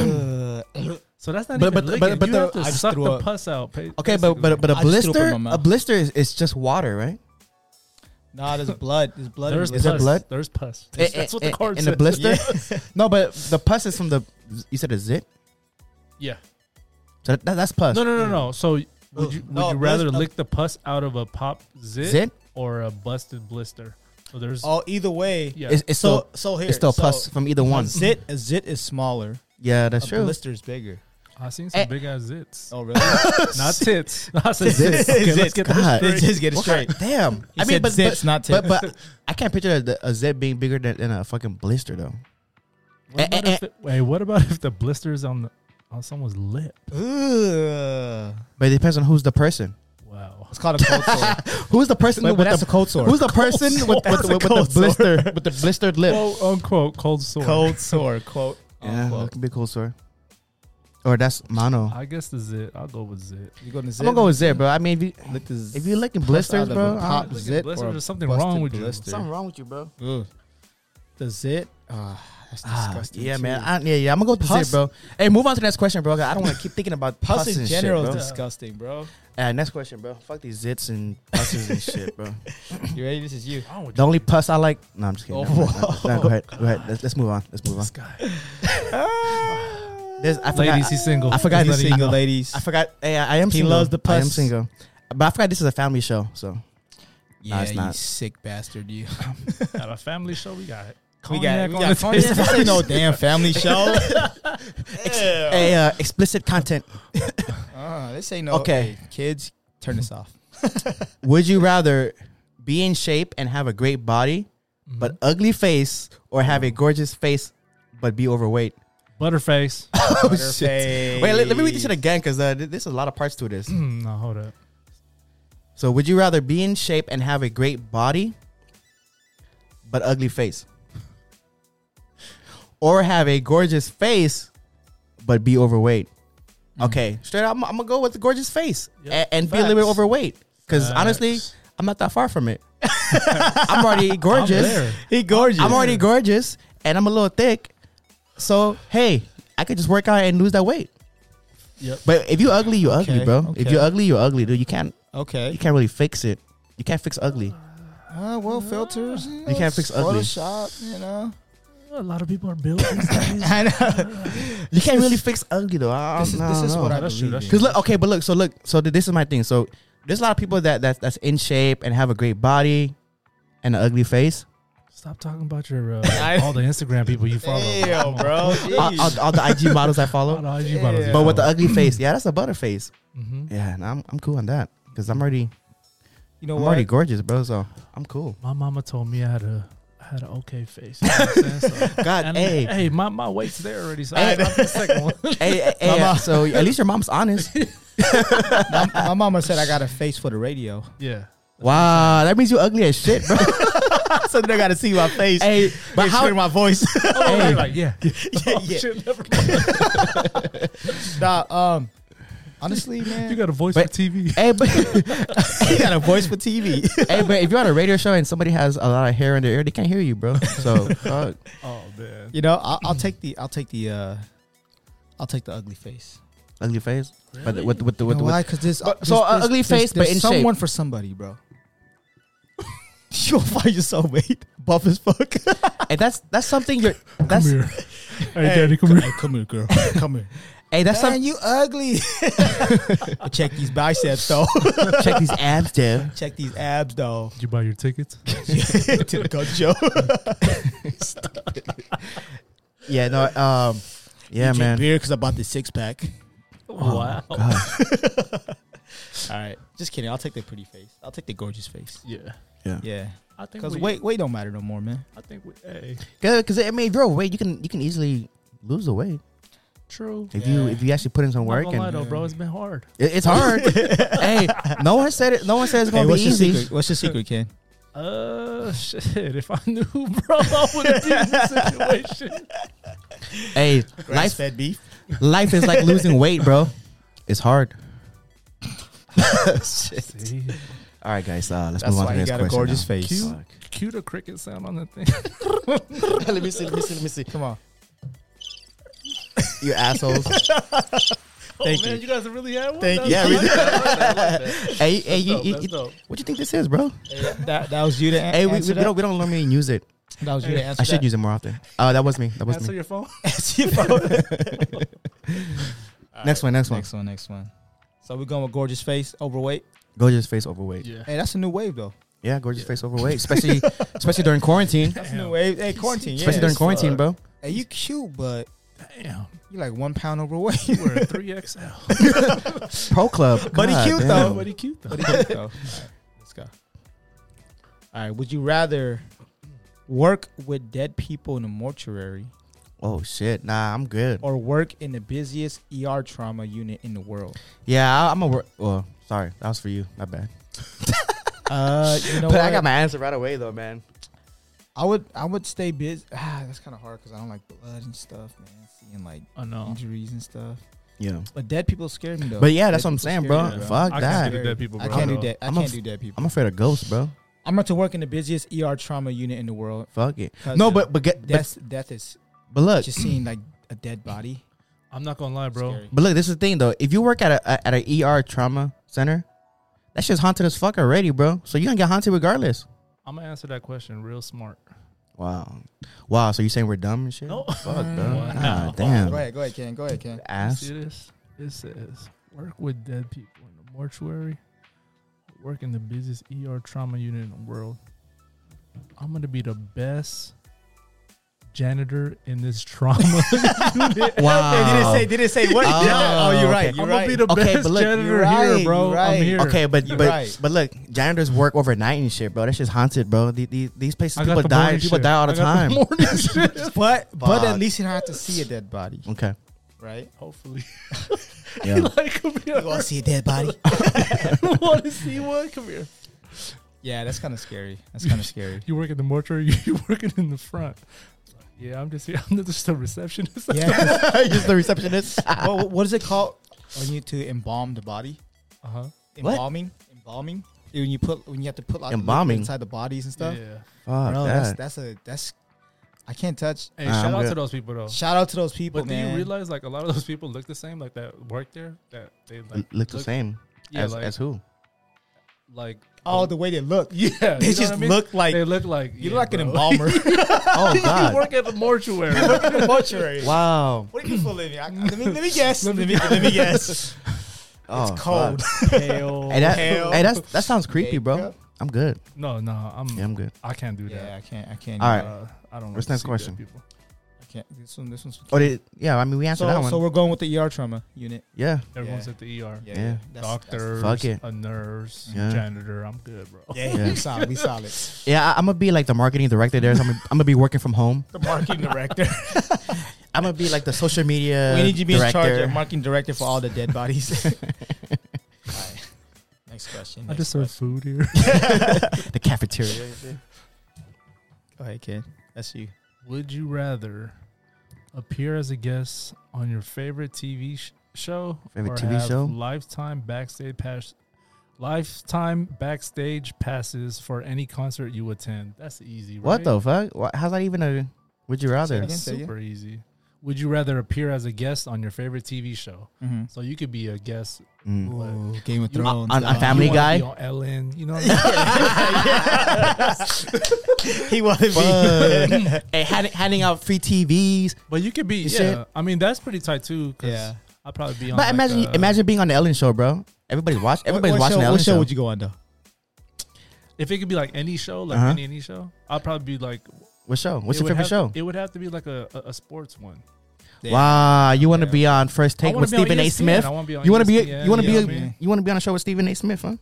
C: So that's not
B: But-
C: even
B: but the-
C: licking.
B: but- but
C: you
B: the-
C: have to
A: I just
C: suck
A: threw
C: the
A: up.
C: pus out. pa-
B: okay, but but
C: basically.
B: but a
A: I just threw up in
B: blister,
A: my
B: a
A: mouth.
B: blister is, is just water, right?
A: Nah, there's blood. There's blood.
C: there's
A: in this.
B: Is there
C: pus.
B: blood?
C: There's pus.
B: Eh,
C: That's, that's
B: eh,
C: what the
B: eh,
C: card
B: in
C: said.
B: a blister. no, but the pus is from the you said a zip,
C: Yeah.
B: so that, that's pus. Oh.
C: No, no, no, no. So would you would
A: No,
C: you rather
A: blister-
C: lick the pus out of a pop zip,
B: Zip?
C: or a busted blister? So there's
A: Oh, either way.
C: yeah.
B: It's, it's
A: So
B: still
A: so here.
B: it's still
A: so,
B: pus from either one.
A: A zit a zit is smaller.
B: Yeah, that's
A: a
B: true.
A: blister is bigger.
C: I seen some
B: eh.
C: big ass zits,
A: Oh really?
C: not tits. I said
B: Zits.
C: zits. Okay, let's
A: Zits.
C: get this
B: God,
A: Let's just get it
B: What
A: straight.
B: kind- damn.
A: He said zits, not
B: but,
A: tits.
B: but I can't picture the, a zip being bigger than, than a fucking blister though. Eh,
C: What about
B: eh,
C: if it, wait, what about if the blister's on the on someone's lip?
A: Ugh.
B: But it depends on who's the person.
C: Wow.
A: It's called a cold sore.
B: Who's the person
A: But- but
B: with
A: that's
B: the
A: a cold sore.
B: Who's the person with, with,
A: sore.
B: with, with the
A: Cold sore.
B: blister with the blistered lip?
C: Quote unquote cold sore.
A: cold sore. Quote.
B: yeah,
A: unquote.
B: that could be a cold sore. Or that's
A: Uh,
B: mono.
C: I guess the zit. I'll go with zit.
A: You going to zit?
B: I'm gonna go with zip, bro. I mean, if, you,
A: Lick the z-
B: if you're licking
A: Plus out
B: blisters,
A: of
B: bro,
A: a
B: I-
A: pop
C: Look at
A: zit
C: blisters,
A: or
C: there's something wrong
A: busted
C: with you.
A: blister.
B: something wrong with you, bro.
A: Ugh. The zit. Ah, that's disgusting.
B: yeah,
A: too.
B: man. I, yeah, yeah. I'm gonna go with the
A: Pus-
B: zip, bro. Hey, move on to the next question, bro. 'cause I don't want to keep thinking about
A: Pus
B: pus
A: in
B: and
A: general
B: shit,
A: is
B: bro.
A: disgusting, bro.
B: Uh, next question, bro. Fuck these zits and pusses and shit, bro.
A: You ready? This is you.
C: Wrong with
B: The only pus I like. No, I'm just kidding.
A: Oh,
B: Never mind. No, no, go ahead. Go ahead. Let's, let's move on. Let's move on.
C: this guy.
B: There's, I forgot.
C: Ladies, he's single.
B: I forgot
A: He's
B: this
A: single,
B: single.
A: ladies.
B: I forgot. Hey, I, I am
A: He
B: single.
A: loves the
B: I am
A: pus.
B: single. But I forgot this is a family show. So
A: yeah,
B: it's
A: you
B: not.
A: sick bastard. You.
C: At a family show, we got
A: We got.
C: cognac
A: We
C: on
A: got.
C: the
A: This
C: table.
A: ain't no damn family show.
B: hey, uh, explicit content.
A: Uh, this ain't no.
B: Okay.
A: Okay, kids, turn this off.
B: Would you rather be in shape and have a great body, but ugly face, or have a gorgeous face but be overweight?
C: Butterface.
A: Oh
B: Wait, let, let me read this shit again because uh, th- there's a lot of parts to this.
C: Mm, no, hold up.
B: So, would you rather be in shape and have a great body, but ugly face, or have a gorgeous face, but be overweight? Okay, straight up, I'm, I'm gonna go with the gorgeous face a-
C: Mm-hmm. Yep.
B: and, be a little bit
C: Facts.
B: overweight. Because honestly,
C: Facts.
B: I'm not that far from it. I'm already gorgeous.
C: I'm there.
A: He gorgeous.
B: I'm already gorgeous, and I'm a little thick. So hey, I could just work out and lose that weight.
C: Yep.
B: But if you ugly, you ugly,
A: Okay,
B: bro. If
A: okay.
B: you're ugly, you're ugly, dude. You can't you
A: Okay.
B: can't really fix it. You can't fix ugly.
A: Uh, well, filters. You, know,
B: can't fix ugly.
A: Photoshop, you know.
C: A lot of people are built. these days.
A: I know.
B: You can't really fix ugly though. I,
A: This is, this is what I
C: That's true,
A: believe.
C: that's
A: in.
B: Cause look, okay, but look, so look, so th- this is my thing. So there's a lot of people that that's, that's in shape and have a great body and an ugly face.
C: Stop talking about your uh, all the Instagram people you follow.
A: Damn, bro.
B: All,
A: Jeez.
B: all- all the IG models I
C: All
B: follow,
C: the IG models you
B: but with the
C: follow.
B: ugly face, yeah, that's a butter face.
C: Mhm.
B: Yeah, and I'm I'm cool on that because I'm already
A: You know
B: I'm
A: what?
B: already gorgeous, bro. So I'm cool.
C: my mama told me I had a I had an okay face. You know what I'm saying? So-
B: God,
C: and,
B: hey,
C: hey,
B: hey,
C: my, my weight's there already. So I, I'm the second one.
B: hey, hey, uh, so at least your mom's honest.
A: my, my mama said I got a face for the radio.
C: yeah.
B: Wow, that means you ugly as shit, bro.
A: so they got to see my face.
B: hey, but how?
A: my voice?
C: Hey, like yeah.
A: yeah, yeah.
C: Oh, Shit, never mind.
A: Nah, um, honestly, man,
C: You got a voice
B: But-
C: for TV.
B: Hey, but
A: you got a voice for TV.
B: hey, but if you're on a radio show and somebody has a lot of hair in their ear, they can't hear you, bro. So fuck.
C: Oh man.
A: you know, I'll, I'll take the, I'll take the, uh, I'll take the ugly face.
B: ugly face. But with with the with,
A: you know
B: with
A: why? Because this, uh,
B: But-
A: this-
B: so,
A: this-
B: a ugly
A: this-
B: face, but
A: there's
B: in shape.
A: someone for somebody, bro. You'll find yourself, mate. Buff as fuck.
B: hey, that's that's something you're that's
C: come here. Hey, daddy, come here.
A: come here, girl. Come here.
B: hey that's
A: Man,
B: something
A: you ugly. Check these biceps, though.
B: check these abs, dude.
A: Check these abs, though.
C: Did you buy your tickets?
A: to the gun show.
B: Yeah, no, um, yeah,
A: Drink
B: man.
A: Beer because I bought this six pack.
C: wow.
A: All right, just kidding. I'll take the pretty face. I'll take the gorgeous face.
C: Yeah.
A: Yeah,
C: I think
A: because
C: we-
A: weight weight don't matter no more, man.
C: I think we. Hey.
B: Because I mean, if you're overweight, you can you can easily lose the weight
C: True.
B: if you
A: Yeah.
B: if you actually put in some
C: Not
B: work
C: gonna lie
B: and
C: though, bro. It's been hard.
B: it, it's hard. hey, no one said it. No one said it's gonna be
A: what's your
B: easy.
A: secret? What's your secret, Ken?
C: Uh, shit. If I knew, bro, I would have been in this situation.
B: Hey,
A: Grass
B: life
A: fed beef.
B: life is like losing weight, bro. It's hard.
C: See,
B: All right, guys. Uh, let's
A: That's
B: move on
A: why
B: to
A: you
B: the next
A: got a
B: question.
A: gorgeous
B: now.
A: face.
C: Cute. cue the cricket sound on the thing.
B: let me see. Let me see. Let me see.
A: Come on.
B: You assholes.
C: Oh
A: Thank
C: man,
A: you.
C: you guys really had one.
A: Thank
C: That's
A: you.
B: Yeah,
C: dope.
B: we
C: I like that. I like that. I like that.
B: hey, hey, you,
C: Dope,
B: you-
C: that's
B: you-
C: dope.
B: what do you think this is, bro?
A: That that was you to an-
B: Hey, we, we,
A: answer that?
B: don't we don't normally use it.
A: That was you to
C: Hey,
A: answer
B: I should
A: that?
B: use it more often. Oh, that was me. That was
C: Answer
B: me.
C: your phone.
B: Next one. Next one.
A: Next one, next one. So we're going with gorgeous face, overweight.
B: Gorgeous face overweight. Yeah,
C: Yeah.
A: Hey, that's a new wave though.
B: gorgeous
C: Yeah.
B: face overweight, especially especially during quarantine.
A: That's a
C: Damn.
A: new wave. Hey, quarantine. Yeah.
B: Especially during
C: it's
B: quarantine, bro.
C: fucked.
A: hey, you cute, but
C: Damn.
A: you like one pound overweight.
C: You were a 3XL.
B: Pro club.
A: But he
B: God
A: cute,
B: damn.
A: though.
C: Nobody cute though.
A: What do you think, though? All right, let's go. All right. Would you rather work with dead people in a mortuary
B: Oh shit. Nah, I'm good.
A: or work in the busiest ER trauma unit in the world?
B: Yeah, I, I'm a. Wor- well, sorry, that was for you. Not bad.
A: Uh, you know
B: but
A: what?
B: I got my answer right away, though, man.
A: I would. I would stay busy. Ah, that's kind of hard because I don't like blood and stuff, man. Seeing like
C: Oh no.
A: injuries and stuff.
B: Yeah.
A: But dead people scare me though.
B: But yeah, that's
A: Dead
B: what I'm
A: people
B: saying,
A: scare
B: bro.
A: me,
B: Fuck
C: I
B: that.
C: can't do dead people,
A: I
C: bro.
A: can't do dead. I
B: I'm a
A: can't
B: f-
A: do dead people.
B: I'm afraid of ghosts, bro.
A: I'm about to work in the busiest ER trauma unit in the world.
B: Fuck it.
A: 'cause
B: No, but but get but,
A: death. Death is
B: but look,
A: just seeing like a dead body.
C: I'm not gonna lie, bro.
A: Scary.
B: but look. This is the thing, though. If you work at a at an ER trauma center, that shit's haunted as fuck already, bro. So you gonna get haunted regardless.
C: I'm gonna answer that question real smart.
B: Wow, wow. So you saying we're dumb and shit?
C: No.
B: Fuck, bro.
C: Wow.
B: God damn.
A: Go ahead. Go ahead, Ken. Go ahead, Ken.
C: You
B: Ass.
C: See this? It says work with dead people in the mortuary. Work in the busiest ER trauma unit in the world. I'm gonna be the best janitor in this trauma.
B: Wow.
A: They didn't say what.
B: Oh,
A: oh, you're right.
B: okay.
A: You're
C: I'm gonna
A: right.
C: be the
B: Okay,
C: best
B: but look, you're
C: janitor
A: right,
C: here, bro.
A: you're
C: I'm
A: right.
C: here.
B: Okay, but
A: You're
B: but
A: right.
B: but look, janitors work overnight and shit, bro. That shit's haunted, bro. The- the- These places
C: I got
B: people
C: the
B: die.
C: morning
B: People
C: shift.
B: die all the
C: I got
B: time.
C: morning shift.
A: but but
B: Fuck.
A: at least you don't have to see a dead body,
B: Okay.
A: right?
C: Hopefully,
B: Yeah.
C: like come here.
A: want to see a dead body?
C: want to see one? Come here.
A: yeah, that's kind of scary. That's kind of scary.
C: You work at the mortuary. You working in the front. Yeah, I'm just here. I'm just a receptionist.
A: Yeah.
B: Just the receptionist.
A: what, what is it called when you to embalm the body?
C: Uh huh.
B: What?
A: Embalming. Embalming. When you put when you have to put like
B: Embalming?
A: liquid inside the bodies and stuff.
C: Yeah.
B: Fuck
A: Bro, that's
B: that.
A: that's a that's I can't touch.
C: Hey,
B: Nah,
C: shout
B: I'm
C: out
B: good.
C: to those people though.
A: Shout out to those people,
C: But do
A: man.
C: you realize like a lot of those people look the same, like that work there, that they like
B: L- look the same
C: Yeah,
B: as,
C: like,
B: as who?
C: like
A: oh, the way they look.
C: yeah,
A: They
C: you know
A: just
C: what I mean?
A: look like
C: they look like
A: you
C: yeah,
A: look like an
C: bro.
A: embalmer.
B: Oh
C: you
B: God!
C: work at the mortuary.
A: the mortuary.
B: wow.
A: What do you do for a living? I, let, me, let me guess. let, me, let me guess.
B: Oh,
A: it's cold.
B: fuck.
C: Hell.
B: Hey, that,
A: Oh, Hell.
B: hey, that's that sounds creepy, bro.
A: Makeup.
B: I'm good.
C: no, no, I'm
B: Yeah, I'm good.
C: I can't do
A: Yeah, I can't. I can't.
C: that.
B: All right.
C: Uh, I don't.
B: What's
C: like
B: next
C: to see dead
B: question?
C: People.
A: I can't. This one. This one's.
B: Oh, they, yeah. I mean, we answered
A: so,
B: that one.
A: so we're going with the ER trauma unit.
B: yeah.
C: Everyone's
A: Yeah.
C: at the ER.
B: Yeah.
C: Doctors,
B: Fuck it.
C: a nurse,
B: Yeah.
C: janitor. I'm good, bro.
A: yeah,
B: Yeah.
A: we solid. We solid.
B: Yeah, I, I'm gonna be like the marketing director there. So I'm, gonna, I'm gonna be working from home.
A: The marketing director.
B: I'm gonna be like the social media.
A: we need you to be
B: director.
A: in charge of marketing director for all the dead bodies. all right. Next question.
C: I
A: Next
C: just serve
A: question.
C: food here.
B: the cafeteria.
A: Go ahead, kid. That's you.
C: Would you rather appear as a guest on your favorite TV sh- show?
B: Favorite TV show?
C: Lifetime backstage pass. Lifetime backstage passes for any concert you attend. That's easy. Right?
B: What the fuck? Wha- How's that even a? Would you rather?
C: That's
A: Say again.
C: super easy. Would you rather appear as a guest on your favorite TV show?
A: Mm-hmm.
C: So you could be a guest
B: Mm.
A: Game of
C: You-
A: Thrones. uh,
B: on- on
A: dog.
B: Family
C: You wanna
B: Guy?
C: be on Ellen. You know, what I mean?
A: he wanted
B: Fuck.
A: to be.
B: hey, hand, handing out free TVs.
C: but you could be.
B: You
C: yeah,
B: said-
C: I mean that's pretty tight too. Cause
A: Yeah.
C: I'd probably be on.
B: But
C: like,
B: imagine,
C: uh,
B: imagine being on the Ellen Show, bro. Everybody's watching. Everybody's
A: what
B: watching
A: show,
B: the Ellen
A: What show would you go on though?
C: if it could be like any show, like
B: Uh-huh.
C: any any show. I'd probably be like
B: What show? What's
C: It
B: your
C: would
B: favorite
C: have
B: show?
C: to- it would have to be like a, a, a sports one.
A: Yeah.
B: Wow, you want to
C: Yeah.
B: be on First Take
C: wanna
B: with
C: be on E
B: Stephen A.
C: ESPN.
B: Smith?
C: I want to be on E
B: You want to be
C: ESPN,
B: you want to
C: you know
B: be
C: what I mean?
B: you want to be on a show with Stephen A. Smith, huh?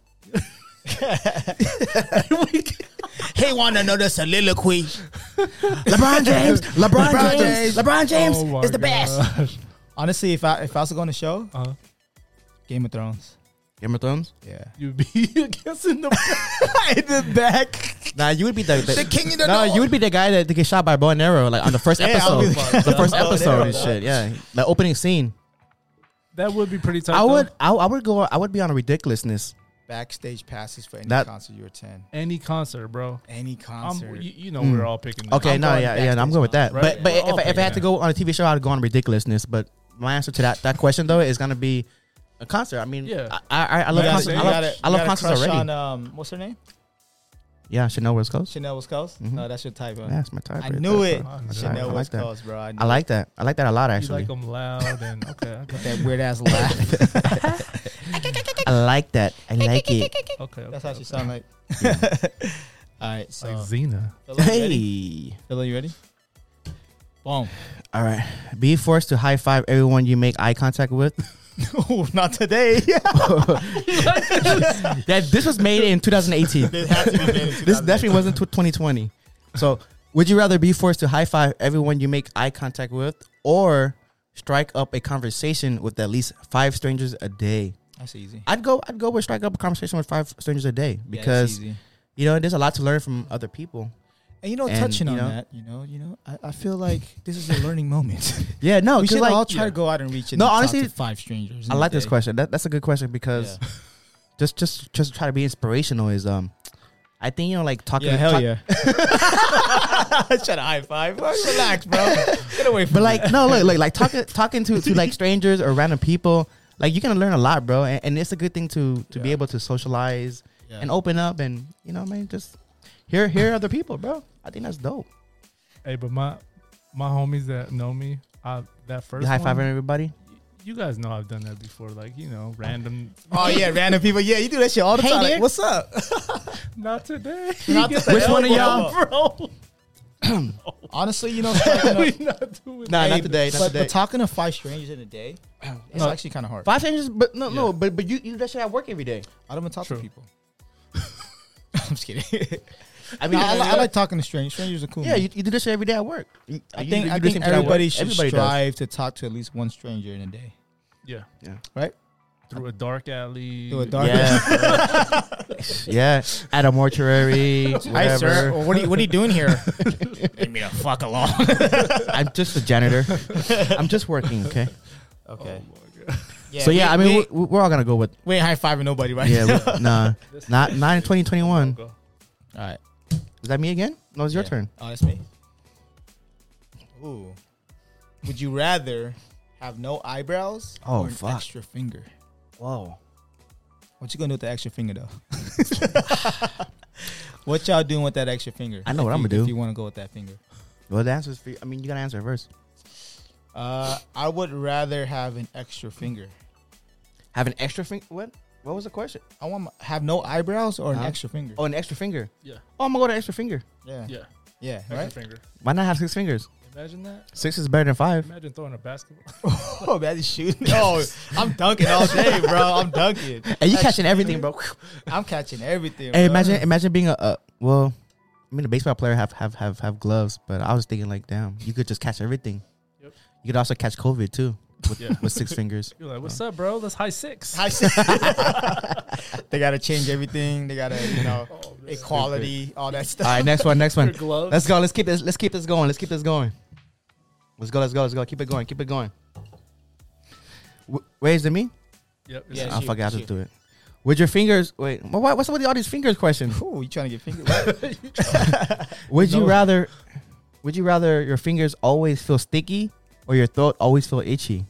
A: He want to know the soliloquy.
B: LeBron James, LeBron,
A: LeBron
B: James,
A: James.
B: LeBron James
C: Oh my
B: is the best.
C: gosh.
A: Honestly, if I if I was going to show
C: Uh-huh.
A: Game of Thrones,
B: Game of Thrones.
A: yeah,
C: You'd be against in the
A: in the back.
B: Nah, you would be the,
A: The
B: the
A: king in the
B: Nah,
A: north.
B: you would be the guy that gets shot by bow and arrow like on the first
A: Yeah, I'll
B: episode,
A: be the-
B: the first
A: Bow and
B: episode
A: arrow,
B: and
A: dog.
B: shit. Yeah, the opening scene.
C: That would be pretty tough.
B: I would, I, I would go, I would be on a ridiculousness.
A: backstage passes for any
B: That-
A: concert you attend.
C: any concert, bro.
A: Any
C: I'm,
A: concert.
C: you, you know
B: Mm.
C: we're all picking.
B: Okay,
A: I'm
B: no,
A: going
B: yeah, yeah, no, I'm going with that.
C: backstage now,
B: But
C: right?
B: but
C: We're all
B: if, I- if I had to
C: picking
B: go on a TV show, I'd go on ridiculousness. But my answer to that that question though is gonna be a concert. I mean,
C: Yeah.
B: I I, I love
C: Yeah,
B: concerts.
C: you
B: I love,
A: gotta-
B: I
A: you
B: love
A: gotta
B: concerts
A: crush
B: already.
A: On, um, what's her name?
B: yeah, Chanel West Coast.
A: Chanel West Coast.
B: Mhm.
A: No, that's your type. Huh?
B: Yeah, that's my type.
A: I
B: right
A: knew
B: there,
A: it.
B: bro.
C: Chanel
B: That's right. I
A: Chanel
B: like
A: West
B: that.
A: Coast, bro. Mm-hmm. I, knew
B: I like that. I like that a lot
C: You
B: actually.
C: like them loud and okay. I
A: it.
C: got-
A: that weird ass laugh.
B: I like that. I like it.
C: okay, okay.
A: that's how she
C: okay.
A: sound like. All right, so
C: Like Xena.
A: Phil, you ready?
B: Hey.
A: Phil, you ready? Boom.
B: All right. Be forced to high five everyone you make eye contact with.
A: Ooh, not today.
B: that this was made in 2018.
A: It had to be made in
B: This definitely wasn't tw- 2020. So, would you rather be forced to high five everyone you make eye contact with, or strike up a conversation with at least five strangers a day?
A: That's easy.
B: I'd go. I'd go with strike up a conversation with five strangers a day
A: Yeah, that's
B: because
A: easy.
B: you know there's a lot to learn from other people.
A: and you know,
B: and,
A: touching
B: you
A: on
B: know-
A: that, you know, you know, I, I feel like this is a learning moment.
B: Yeah. No.
A: we
B: 'cause,
A: should
B: like,
A: all try
C: yeah.
A: to go out and reach. and
B: No,
A: talk
B: honestly,
A: to five strangers. in
B: I
A: a
B: like this
A: day.
B: question. That, that's a good question because
A: Yeah.
B: just just just try to be inspirational is um I think you know like talking
A: Yeah,
B: to
A: hell
B: talk-
A: yeah. Try to high five. Bro. Relax, bro. Get away from
B: but like no look, look like talking talking to to like strangers or random people like you're gonna learn a lot bro and, and it's a good thing to to be
A: Yeah.
B: able to socialize
A: Yeah.
B: and open up and you know man just hear hear other people bro I think that's dope
C: Hey, but my my homies that know me, I that first
B: you high
C: one,
B: five everybody
C: You guys know I've done that before, like you know, random.
A: oh yeah, random people. Yeah, you do that shit all the
B: Hey
A: time. Like,
B: there.
A: what's up?
C: Not today.
A: Not
C: Get
A: today.
B: Which one of
C: the
B: y'all?
C: hell, bro?
A: Honestly, you know, striking
C: we not doing
B: Nah,
A: a-
B: not today, not
A: but,
B: today.
A: But talking to five strangers in a day, it's
C: No.
A: actually kind of hard.
B: five strangers but no
C: Yeah.
B: no but but you you do that shit at work every day
A: I don't want to talk
C: True.
A: to people. I'm just kidding.
B: I
A: I
B: mean
A: mean, I,
B: you know,
A: I like talking to strangers. Strangers are cool.
B: yeah
A: man.
B: you, you do this shit every day at work You-
A: I
B: you
A: think
B: do- you
A: I
B: do the
A: think
B: same shit at work.
A: everybody should
B: does.
A: strive to talk to at least one stranger in a day.
C: Yeah,
A: Right?
C: through a dark alley.
A: Do a dark.
B: Yeah. yeah. At a mortuary.
A: Hi, sir.
B: Whatever.
A: What are you, what are you doing here? Leave me the fuck alone.
B: I'm just a janitor. I'm just working, okay?
A: Okay.
C: Oh my God.
B: so, yeah, I
A: we-
B: mean,
A: we-
B: we, we, we're all going to go with.
A: We ain't high fiving nobody, right?
B: Yeah, we, nah. Not, not in 2021.
C: Go.
A: All right.
B: Is that me again? No, it's your
A: Yeah.
B: turn.
A: Oh, that's me. Ooh. Would you rather have no eyebrows
B: Oh,
A: or an
B: fuck.
A: extra finger?
B: Whoa.
A: What you gonna do with the extra finger though? what y'all doing with that extra finger?
B: I know what
A: If
B: I'ma
A: you- If
B: do.
A: you want to go with that finger,
B: Well, the answer is for you. I mean, you got to answer it first.
A: uh, I would rather have an extra finger.
B: Have an extra finger. What? What was the question?
A: I want my, have no eyebrows or an
B: Huh?
A: extra finger.
B: Oh, an extra finger.
C: Yeah,
B: Oh, I'm going to go to extra finger.
A: yeah, yeah,
C: yeah. Extra
A: right.
C: finger.
B: Why not have six fingers?
C: Imagine that.
B: Six is better than five.
C: Imagine throwing a basketball.
A: oh, man, just shooting. Oh, I'm dunking all day, bro. I'm dunking.
B: And you catching everything, bro.
A: I'm catching everything.
B: Hey,
A: bro.
B: imagine imagine being a, a well, I mean a baseball player have, have have have gloves, but I was thinking like, damn, you could just catch everything.
C: Yep.
B: You could also catch COVID too with,
C: Yeah.
B: with six fingers.
C: You're like, what's up, bro? That's high six.
A: I see. they gotta change everything. They gotta, you know, equality, all that
B: All
A: stuff.
B: right, next one, next
C: Your
B: one.
C: gloves.
B: Let's go. Let's keep this. Let's keep this going. Let's keep this going. Let's go. Let's go. Let's go. Keep it going. Keep it going. W- wait, is it me?
C: Yep.
A: Yeah,
B: I
A: it's
B: oh,
A: you,
B: fuck, it, I have
A: it's
B: to
A: you.
B: do it. With your fingers, wait. wha- wha- What's up with all these fingers question?
A: Ooh, you trying to get finger wet?
B: Would you
C: No.
B: rather? Would you rather your fingers always feel sticky or your throat always feel itchy?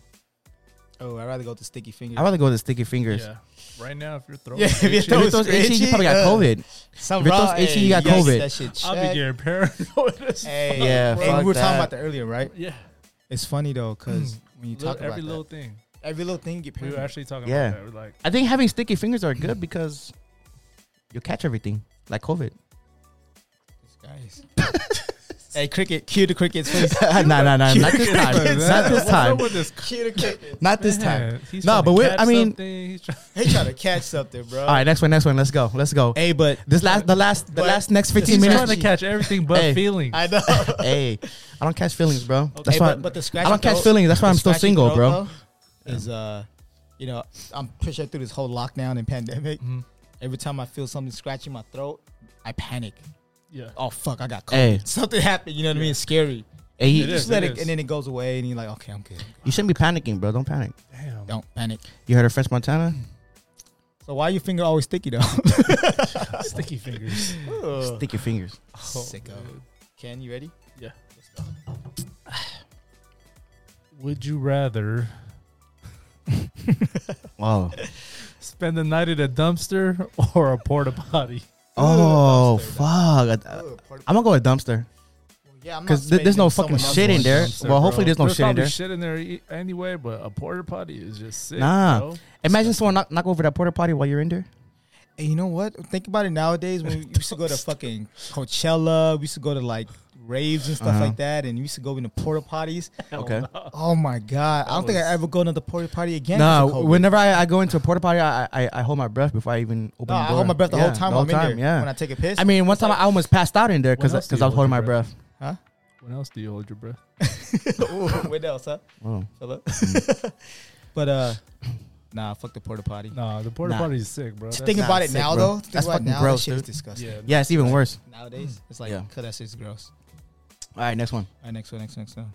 A: Oh, I'd rather go to sticky fingers.
B: I'd rather go with the sticky fingers.
C: Yeah. Right now, if you're throwing,
A: Yeah, if you're
C: bitches,
B: If
A: throwing-
B: your throat's
A: Throat's
B: itchy, you probably got
A: itchy, Uh.
B: COVID.
A: Some
B: If it
A: raw-
B: feels itchy,
A: hey,
B: you got
A: guys,
B: COVID.
A: That shit
C: I'll be
A: checked.
C: getting paranoid. as
A: Hey,
B: Yeah,
A: and
B: fuck
A: we were
B: that.
A: talking about that earlier, right?
C: fuck. Yeah.
A: It's funny though, cause when you
C: Hmm. Little-
A: talk about
C: every
A: that,
C: little thing.
A: every little thing get
C: We were
A: paranoid.
C: actually talking
B: Yeah.
C: about that. We're like,
B: I think having sticky fingers are good because you catch everything, like COVID.
A: Guys. hey, cricket, cue the crickets, please.
B: no, no, no, not this time. Not this
C: what's up
B: time.
C: with this
A: cue the crickets.
B: Not this time.
C: man? He's
B: No,
C: trying to
B: but we're-
C: catch
B: I mean-
C: something. He's trying-
A: They trying to catch something, bro.
B: All right, next one, next one. Let's go. Let's go.
A: Hey, but
B: This last, the last, the
A: But-
B: last next fifteen
C: he's trying
B: minutes.
C: to catch everything but
B: Hey.
C: feelings.
A: I know.
B: hey, I don't catch feelings, bro. That's
A: hey,
B: why.
A: but, but the
B: I
A: scratch
B: don't catch
A: throat-
B: feelings. That's why
A: the
B: I'm still
A: scratchy
B: single,
A: throat,
B: bro.
A: though, Is uh, you know, I'm pretty sure through this whole lockdown and pandemic,
C: Mhm.
A: every time I feel something scratching my throat, I panic.
C: Yeah.
A: oh fuck, I got COVID.
B: Hey.
A: Something happened. You know what I mean? It's scary.
B: Hey,
A: You
B: you,
C: It is.
A: just let it,
C: is.
A: and then it goes away, and you're like, okay, I'm good.
B: you shouldn't be panicking, bro. Don't panic.
C: Damn.
A: Don't panic.
B: You heard of French Montana?
A: So why your finger always sticky though?
B: Oh.
C: Sticky fingers. Oh,
B: Stick your fingers.
A: Sicko. Ken, you ready?
C: Yeah. Would you rather
B: Wow.
C: spend the night at a dumpster or a porta potty?
B: Oh,
A: dumpster,
B: fuck. I- I-
A: Oh,
B: I'm gonna go with dumpster
A: Yeah, I'm not
B: because there's no
A: spending
B: fucking
A: someone
B: shit in
A: else's
B: there.
A: money.
B: well, hopefully there's no
C: There's
B: shit in
C: probably
B: there.
C: shit in there e- anyway, but a porta potty is just sick.
B: Nah.
C: bro.
B: Imagine someone knock, knock over that porta potty while you're in there.
A: Hey, you know what? Think about it nowadays when we used to go to fucking Coachella, we used to go to like raves and stuff
B: Uh-huh.
A: like that, and we used to go into porta potties.
B: Okay.
A: Oh my god, I don't think
C: was-
A: I ever go into the porta potty again.
B: No,
A: 'cause of COVID.
B: whenever I, I go into a porta potty, I, I I hold my breath before I even
A: No,
B: open the
A: I
B: door.
A: hold my breath the
B: Yeah,
A: whole time I'm in there.
B: Yeah.
A: When I take a piss,
B: I mean, one time I almost passed out in there because
C: What else do
B: because
C: you
B: I was
C: hold
B: holding
C: your
B: my breath.
C: When else do you hold your breath?
A: Ooh, what else, huh?
B: Oh.
A: Hello? but uh, Hmm. nah, fuck the porta potty.
C: Nah, the porta
B: Nah.
C: potty is sick, bro.
A: Just
C: That's-
A: think
B: nah,
A: about it
B: sick,
A: now,
B: bro.
A: though. Think
B: That's
A: about it
B: fucking
A: now, that
B: gross,
A: shit is
B: dude.
A: disgusting.
C: yeah.
B: Yeah, it's even worse.
A: Nowadays, it's like,
B: Yeah.
A: cause that shit's gross.
B: All right, next one.
A: All right, next one, next one, next one.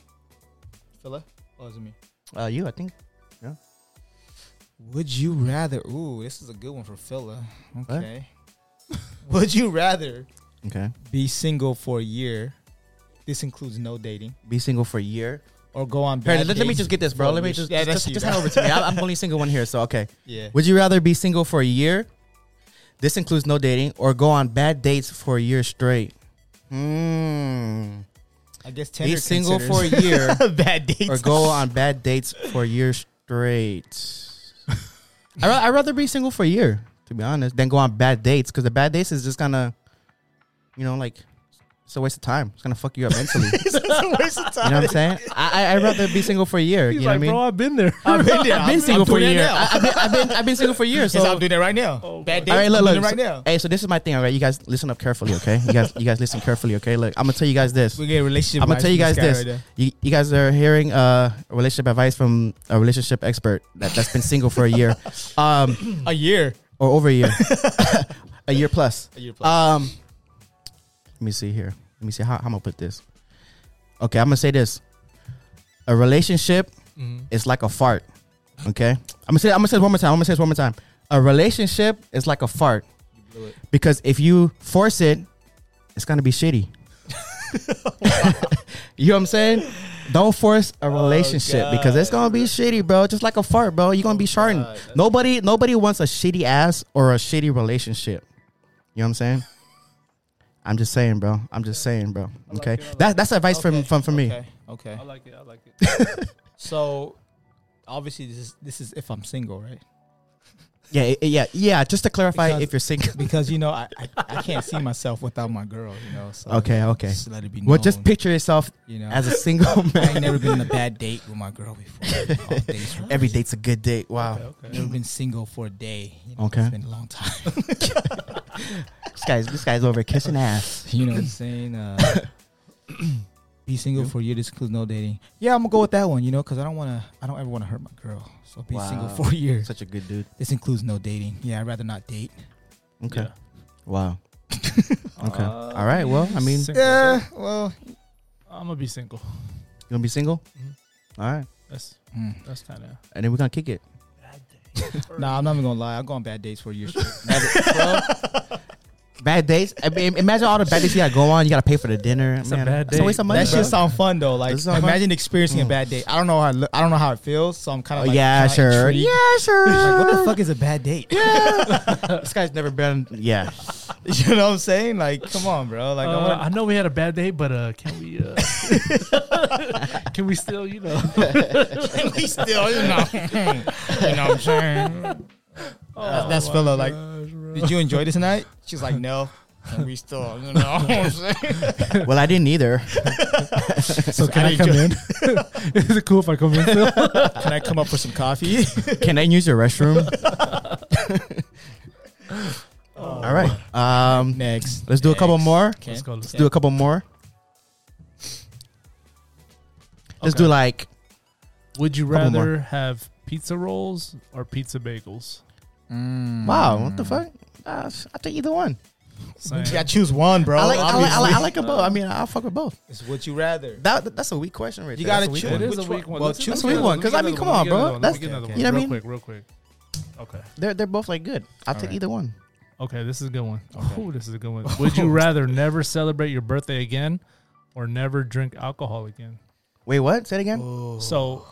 A: Phila, oh, is it me?
B: Uh, you, I think.
A: Would you rather? Ooh, this is a good one for Phila. Okay. Would you rather
B: Okay.
A: be single for a year? This includes no dating,
B: Be single for a year.
A: or go on.
B: Here,
A: bad
B: let, let me
A: dates
B: just get this, bro.
A: for a
B: Let me
A: week.
B: just
A: Yeah, that's
B: just,
A: you,
B: just
A: bro.
B: hand over to me. I, I'm only single one here, so okay.
A: Yeah.
B: Would you rather be single for a year? This includes no dating, or go on bad dates for a year straight. Hmm.
A: I guess Tinder
B: Be single for a
A: considers
B: year,
A: bad dates.
B: or go on bad dates for a year straight. I ra- I'd rather be single for a year, to be honest, than go on bad dates because the bad dates is just gonna, you know, like it's a waste of time. It's gonna fuck you up mentally. you
A: it's a waste of time.
B: know what I'm saying? I I- I'd rather be single for a year.
C: He's
B: you know
C: like,
B: what I mean?
C: bro, I've been there.
A: I've been there.
B: I've been single for a year. I,
A: Now.
B: have been, I've been I've been single for years.
A: Yes,
B: So
A: I'm doing that right now.
C: Oh,
A: Bad dates.
B: all right, look,
A: I'm
B: look.
A: doing it right
B: so-
A: now.
B: Hey, so this is my thing. All right, you guys listen up carefully, okay? You guys, you guys listen carefully, okay? Look, I'm gonna tell you guys this.
A: We get relationship.
B: I'm gonna
A: advice
B: tell you
A: from
B: guys
A: guy
B: this.
A: right there.
B: You, you guys are hearing uh relationship advice from a relationship expert that, that's been single for a year, um,
A: a year.
B: or over a year, a year plus.
A: A year plus.
B: Um, let me see here. Let me see how, how I'm gonna put this. Okay, I'm gonna say this. A relationship
A: Mm-hmm.
B: is like a fart. Okay, I'm gonna say I'm gonna say this one more time. I'm gonna say this one more time. A relationship is like a fart
A: you blew it.
B: because if you force it, it's gonna be shitty. you know what I'm saying? Don't force
A: Oh,
B: a relationship because it's gonna be shitty, bro. Just like a fart, bro. You're gonna
A: Oh,
B: be sharting. Nobody, nobody wants a shitty ass or a shitty relationship. You know what I'm saying? I'm just saying, bro. I'm just saying, bro. Okay,
C: it. I like
B: that, that's advice from
A: Okay,
B: from from me.
A: Okay. Okay.
C: I like it. I like it.
A: So obviously this is this is if I'm single, right?
B: Yeah, i- yeah, yeah. Just to clarify,
A: Because-
B: if you're single.
A: Because you know I, I, I can't see myself without my girl, you know. So
B: Okay, okay.
A: Just let it be known.
B: Well, just picture yourself
A: you know.
B: as a single
A: I ain't
B: man.
A: never been on a bad date with my girl before. All dates were
B: Every
A: great.
B: date's a good date. Wow.
C: Okay, okay.
A: Never been single for a day. You know,
B: Okay.
A: It's been a long time.
B: This guy's this guy's over kissing ass.
A: You know what I'm saying? Uh, be single for a year. This includes no dating. Yeah, I'm gonna go with that one. You know, because I don't wanna. I don't ever wanna hurt my girl. So be single
B: Wow.
A: for a year.
B: Such a good dude.
A: This includes no dating. Yeah, I'd rather not date.
B: Okay.
C: Yeah.
B: Wow. Okay.
C: Uh,
B: All right. Well, I mean, you
C: single.
A: well,
C: I'm gonna be single.
B: gonna be single.
C: Mhm.
B: All right,
C: That's
A: hmm.
C: that's kind of.
B: and then we're gonna kick it.
A: nah, I'm not even gonna lie. I go on bad dates for a year. straight.
B: Bad dates. I mean, imagine all the bad dates you gotta go on. You gotta pay for the dinner.
C: a bad
B: It's a
C: date.
B: waste of money.
A: that
B: bro.
A: shit sound fun though. Like,
B: Does it sound fun?
A: imagine experiencing a
B: Mm.
A: bad date. I don't know how. I, look, I don't know how it feels. So I'm kind
B: Oh,
A: of like,
B: yeah,
A: kinda
B: sure.
A: intrigued.
B: Yeah, sure.
A: Like, what the fuck is a bad date?
B: this guy's never been. Yeah.
A: you know what I'm saying? Like, come on, bro. Like,
C: Uh,
A: I
C: I,
A: wanna,
C: know we had a bad day, but uh, can we uh, can we still you know?
A: we still, you know,
B: Uh,
A: you know what I'm saying?
B: Oh,
A: That's- that's
C: my
A: fellow, like,
C: gosh, bro.
A: Did you enjoy this night? She's like, no. And we still, you know what I'm saying?
B: Well, I didn't either.
C: so can
A: I
C: I come in?
A: enjoy-
C: Is it cool if I come in? Phil?
A: Can I come up for some coffee?
B: Can I use your restroom? all right. Um,
A: Next.
B: let's do a couple
A: Next.
B: more.
A: Okay.
C: Let's go, let's
B: Let's do a couple more. Let's
C: Okay.
B: do like
C: Would you
B: Couple more.
C: rather have pizza rolls or pizza bagels?
A: Mm.
B: wow. What the fuck? Uh, I take either one.
A: You
C: Same.
A: gotta choose one, bro.
B: I like, I like, I like, I
A: obviously.
B: like them both. I mean, I'll fuck with both.
A: It's what you rather.
B: That that's a weak question, right
A: You
B: there.
A: gotta
B: That's a weak
A: choose.
B: one.
C: It is
A: Which
C: a weak
A: one?
C: one.
A: Well,
C: Let's-
A: choose
C: let's
B: a weak
C: get
B: one,
C: another
B: 'cause I mean,
C: Let me
B: come
C: get
B: on, bro.
C: another one. Let me
B: That's-
C: get another
B: you
C: one.
B: know what I
C: Real
B: mean?
C: quick, real quick. Okay.
B: They're they're both like good. I'll take
A: Alright.
B: either one.
C: Okay, this is a good one.
A: Okay.
C: Oh, this is a good one. Would you rather never celebrate your birthday again or never drink alcohol again?
B: Wait, what? Say it again.
A: Oh,
C: So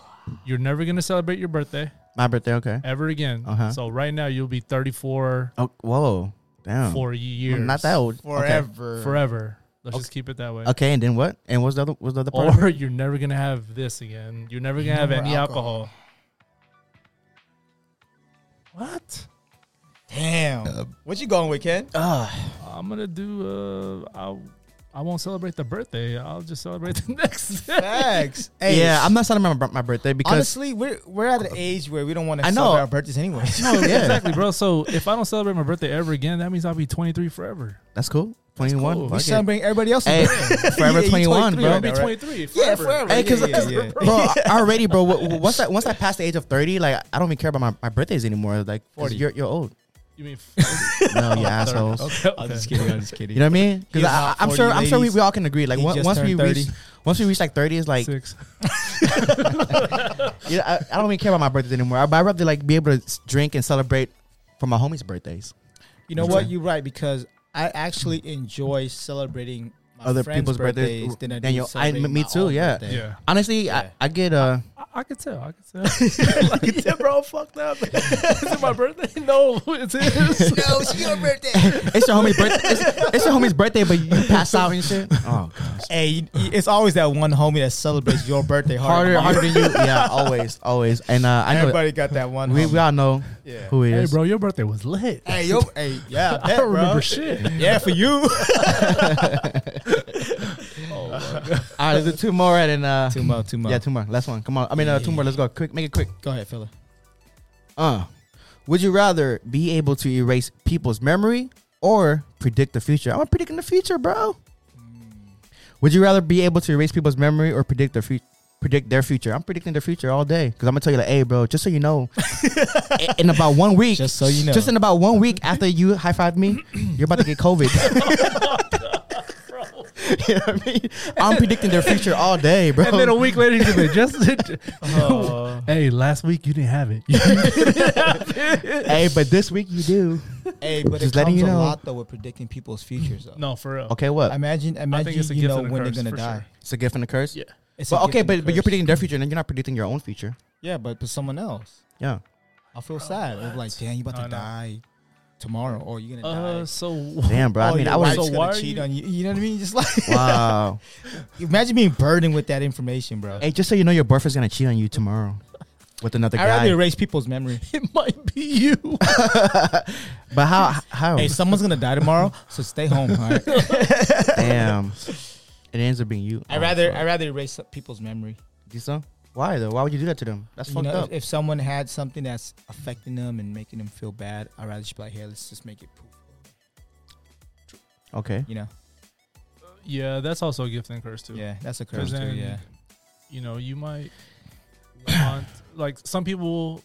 C: you're never going to celebrate your birthday
B: My birthday. Okay.
C: ever again.
B: Uh-huh.
C: So right now you'll be 34
B: Oh, whoa. Damn.
C: for
B: I'm
C: years.
B: Oh. not that old. Okay.
A: Forever.
C: Forever. Let's just keep it that way.
B: Okay, and then what? And what's the other? What's the other part? of it?
C: Or you're never going to have this again. You're never going to have
A: Never
C: any
A: alcohol.
C: alcohol. What?
A: Damn. what you going with, Ken?
B: Ugh.
C: I'm going to do uh I I won't celebrate the birthday. I'll just celebrate the next day.
A: Facts.
B: yeah, I'm not celebrating my, my birthday because
A: Honestly, we're we're at an age where we don't want to
B: I know.
A: celebrate our birthdays anyway.
B: no, yeah,
C: exactly, bro. So if I don't celebrate my birthday ever again, that means I'll be 23 forever.
B: that's cool. Twenty
C: cool.
B: one.
A: We celebrate everybody else's
B: Hey,
A: birthday.
B: forever
A: you
B: 21, bro.
A: right
C: I'll be
A: now, right?
C: 23
A: Yeah,
C: forever.
A: forever.
B: Hey, 'cause-
A: yeah, yeah,
B: 'cause-
A: yeah.
B: bro, already, bro. w- w- Once I once I pass the age of thirty, like I don't even care about my, my birthdays anymore. Like
A: 40.
B: you you're you're old.
C: You mean
B: No, you assholes.
C: Okay,
A: I'm
C: okay.
A: just kidding. I'm just kidding.
B: You know what I mean?
A: He is
B: Because I,
A: not
B: I'm sure
A: 40,
B: I'm sure we,
A: ladies.
B: we all can agree. Like
A: He
B: on-
A: just
B: once we
A: turned
B: reach once we reach like thirty, it's like
C: Six.
B: you know, I, I don't even care about my birthdays anymore. I, but I'd rather like be able to s- drink and celebrate for my homies' birthdays.
A: You know
B: Okay.
A: what? You're right because I actually enjoy celebrating my
B: Other
A: friends'
B: people's birthdays.
A: birthdays than I
B: Daniel, I-
A: do celebrating
B: me
A: my
B: too,
A: own
B: yeah.
A: birthday.
C: Yeah.
B: Honestly,
A: Yeah.
B: I, I get uh
C: I, I could tell. I could tell. like, yeah, bro, fucked up. is it my birthday? No, it's his.
A: no, it's your birthday.
B: it's your homie's birthday. It's, it's your homie's birthday, but you pass out and shit. Oh, gosh.
A: hey, you- you- it's always that one homie that celebrates your birthday harder.
B: harder,
A: than you.
B: harder than you. Yeah, always, always. And uh, I know
A: Everybody got that one.
B: we,
A: homie.
B: we all know
A: yeah.
B: who it
C: Hey,
B: is.
C: bro, your birthday was lit.
A: Hey, yo, hey, yeah, I,
C: I
A: bet,
C: don't remember
A: bro.
C: shit.
A: Yeah, for you.
B: All right, let's do two more and then uh,
A: Too much, too much.
B: yeah, two more. Last one. Come on. I mean, uh, two more. Let's go. Quick, make it quick.
A: Go ahead, fella.
B: Uh, would you rather be able to erase people's memory or predict the future? I'm predicting the future, bro.
A: Hmm.
B: Would you rather be able to erase people's memory or predict their future? Predict their future. I'm predicting their future all day because I'm gonna tell you, like, hey, bro, just so you know, i- in about one week,
A: Just so you know.
B: just in about one week after you high five me, you're about to get COVID. you know what I mean? I'm predicting their future all day, bro.
C: And then a week later, he's like, just. hey, last week you didn't have it.
B: hey, but this week you do.
A: Hey, but
B: Just
A: it
B: letting
A: comes
B: you
A: a
B: know.
A: lot though with predicting people's futures. Though.
C: no, for real.
B: Okay, what?
A: Imagine,
C: I
A: imagine
C: think it's a
A: you
C: gift
A: know
C: and a
A: when
C: curse,
A: they're gonna
C: for
A: die.
C: sure.
B: It's a gift and a curse.
C: Yeah.
A: It's a
B: But
A: gift
B: okay,
A: and a
B: but, but you're
A: curse.
B: predicting their future, and then you're not predicting your own future.
A: yeah, but for someone else,
B: Yeah.
A: I feel sad. It's like, damn, you about
C: No,
A: to
C: no.
A: die tomorrow, or you're gonna
C: Uh,
A: die.
C: so
B: Damn, bro. I
A: Oh,
B: mean,
A: your
B: I was.
A: wife's
C: So
A: gonna
C: why are
A: cheat
C: you-
A: on you. You know what I mean? Just like
B: wow.
A: imagine being burdened with that information, bro.
B: hey, just so you know, your boyfriend's gonna cheat on you tomorrow with another
A: I'd rather
B: guy.
A: erase people's memory.
C: it might be you.
B: but how?
C: Oh.
B: How?
A: hey, someone's gonna die tomorrow, so stay home. All right?
B: Damn. It ends up being you.
A: I
B: Oh,
A: rather
B: fuck.
A: I rather erase some people's memory.
B: You so? Why though? Why would you do that to them? That's
A: You
B: fucked
A: know,
B: up.
A: if, if someone had something that's affecting them and making them feel bad, I'd rather just be like, hey, let's just make it poof.
B: okay.
A: You know?
C: yeah, that's also a gift and curse too.
A: Yeah, that's a curse
C: Because
A: too.
C: then,
A: Yeah.
C: you know, you might want like some people.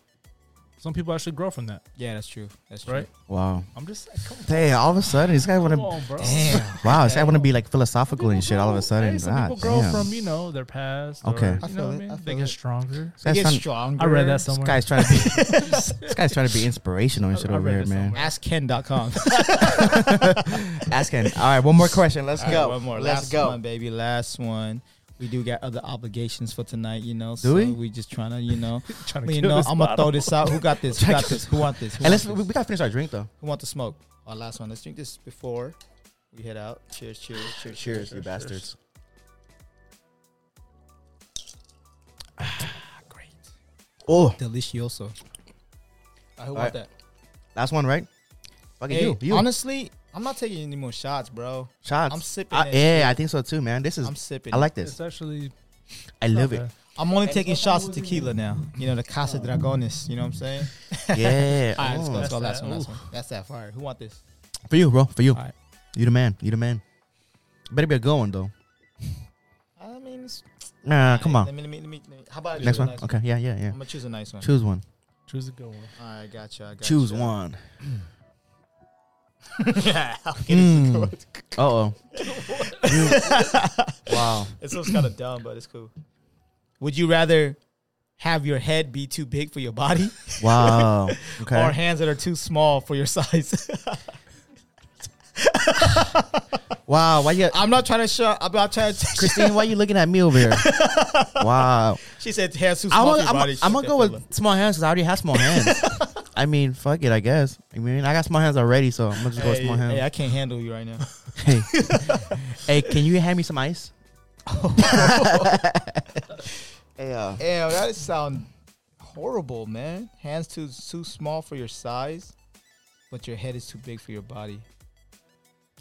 C: Some people actually grow from that,
A: Yeah, that's true. That's true.
C: right?
B: Wow.
C: I'm just like, come,
B: Damn. All of a sudden, this guy
C: come
B: wanna.
C: on, bro.
A: Damn.
B: Wow. This guy
C: Hey.
B: wanna be like philosophical
C: People
B: and shit. All of
C: grow-
B: a sudden.
C: hey, some
B: Ah,
C: people grow
B: damn.
C: from you know their past.
B: Okay.
C: Okay,
A: I
C: you know
A: feel
C: what I
A: it,
C: mean.
A: I
C: they
A: feel
C: get
A: it.
C: stronger.
A: You
B: This guy's,
A: get
B: trying,
A: stronger.
C: I read that
B: this
C: somewhere.
B: guy's trying to be. this guy's trying to be inspirational and shit
C: I- I
B: over
C: read
B: here,
C: this
B: man.
C: somewhere.
A: AskKen.com.
B: Ask him. All right, one more question. Let's
A: All right,
B: go.
A: one more.
B: Let's
A: Last
B: go.
A: one, baby. Last one. We do got other obligations for tonight, you know. so
B: we?
A: We just trying to, you know.
C: Trying to
A: you
C: kill
A: know,
C: this
A: I'm gonna
C: bottle.
A: throw this out. Who got this? Who got this? Who want this? Who,
B: And
A: want
B: let's
A: this?
B: we, we gotta finish our drink though.
A: Who want the smoke? Our last one. Let's drink this before we head out. Cheers! Cheers! Cheers! Cheers!
B: you bastards. Ah,
A: Great,
B: Oh,
A: delicioso. I who want
B: Alright.
A: that?
B: last one, right? Fucking
A: Hey,
B: you, you.
A: honestly, I'm not taking any more shots, bro.
B: Shots.
A: I'm sipping.
B: I-
A: that
B: yeah,
A: shit.
B: I think so too, man. This is.
A: I'm sipping.
B: I
A: it.
B: like
C: It's
B: this.
C: actually.
B: I love it.
A: I'm only taking shots of tequila now. You know the Casa Dragones. You know what I'm saying?
B: Yeah.
A: All right, let's go.
B: Oh.
A: Let's go. Last
C: That's
A: one.
C: that-
A: Last one. That's that fire. Who want this?
B: For you, bro. For you.
A: Alright.
B: You the man. You the man. Better be a good one though.
A: I mean, it's,
B: Nah, come on.
A: Let me, let me, let me, let me- How about I
B: Next
A: choose a
B: one.
A: nice
B: Okay. Yeah, yeah, yeah.
A: I'm gonna choose a nice one.
B: Choose one.
C: Choose a good one.
A: All right, gotcha. I gotcha.
B: Choose one. Mm. Uh oh. wow.
A: It sounds kind of dumb, but it's cool. Would you rather have your head be too big for your body,
B: Wow.
A: or
B: Okay.
A: hands that are too small for your size?
B: Wow. Why you,
A: I'm not trying to show. I'm not trying to.
B: Christine? Why you looking at me over here? Wow.
A: she said hands too
B: I'm
A: small
B: gonna,
A: for your
B: I'm,
A: body.
B: I'm gonna go with small hands because I already have small hands. I mean, fuck it. I guess. I mean, I got small hands already, so I'm gonna just go with
A: Hey,
B: small
A: hey,
B: hands.
A: I can't handle you right now.
B: Hey, hey, can you hand me some ice? hey, uh,
A: Damn, that is sound horrible, man. Hands too too small for your size, but your head is too big for your body.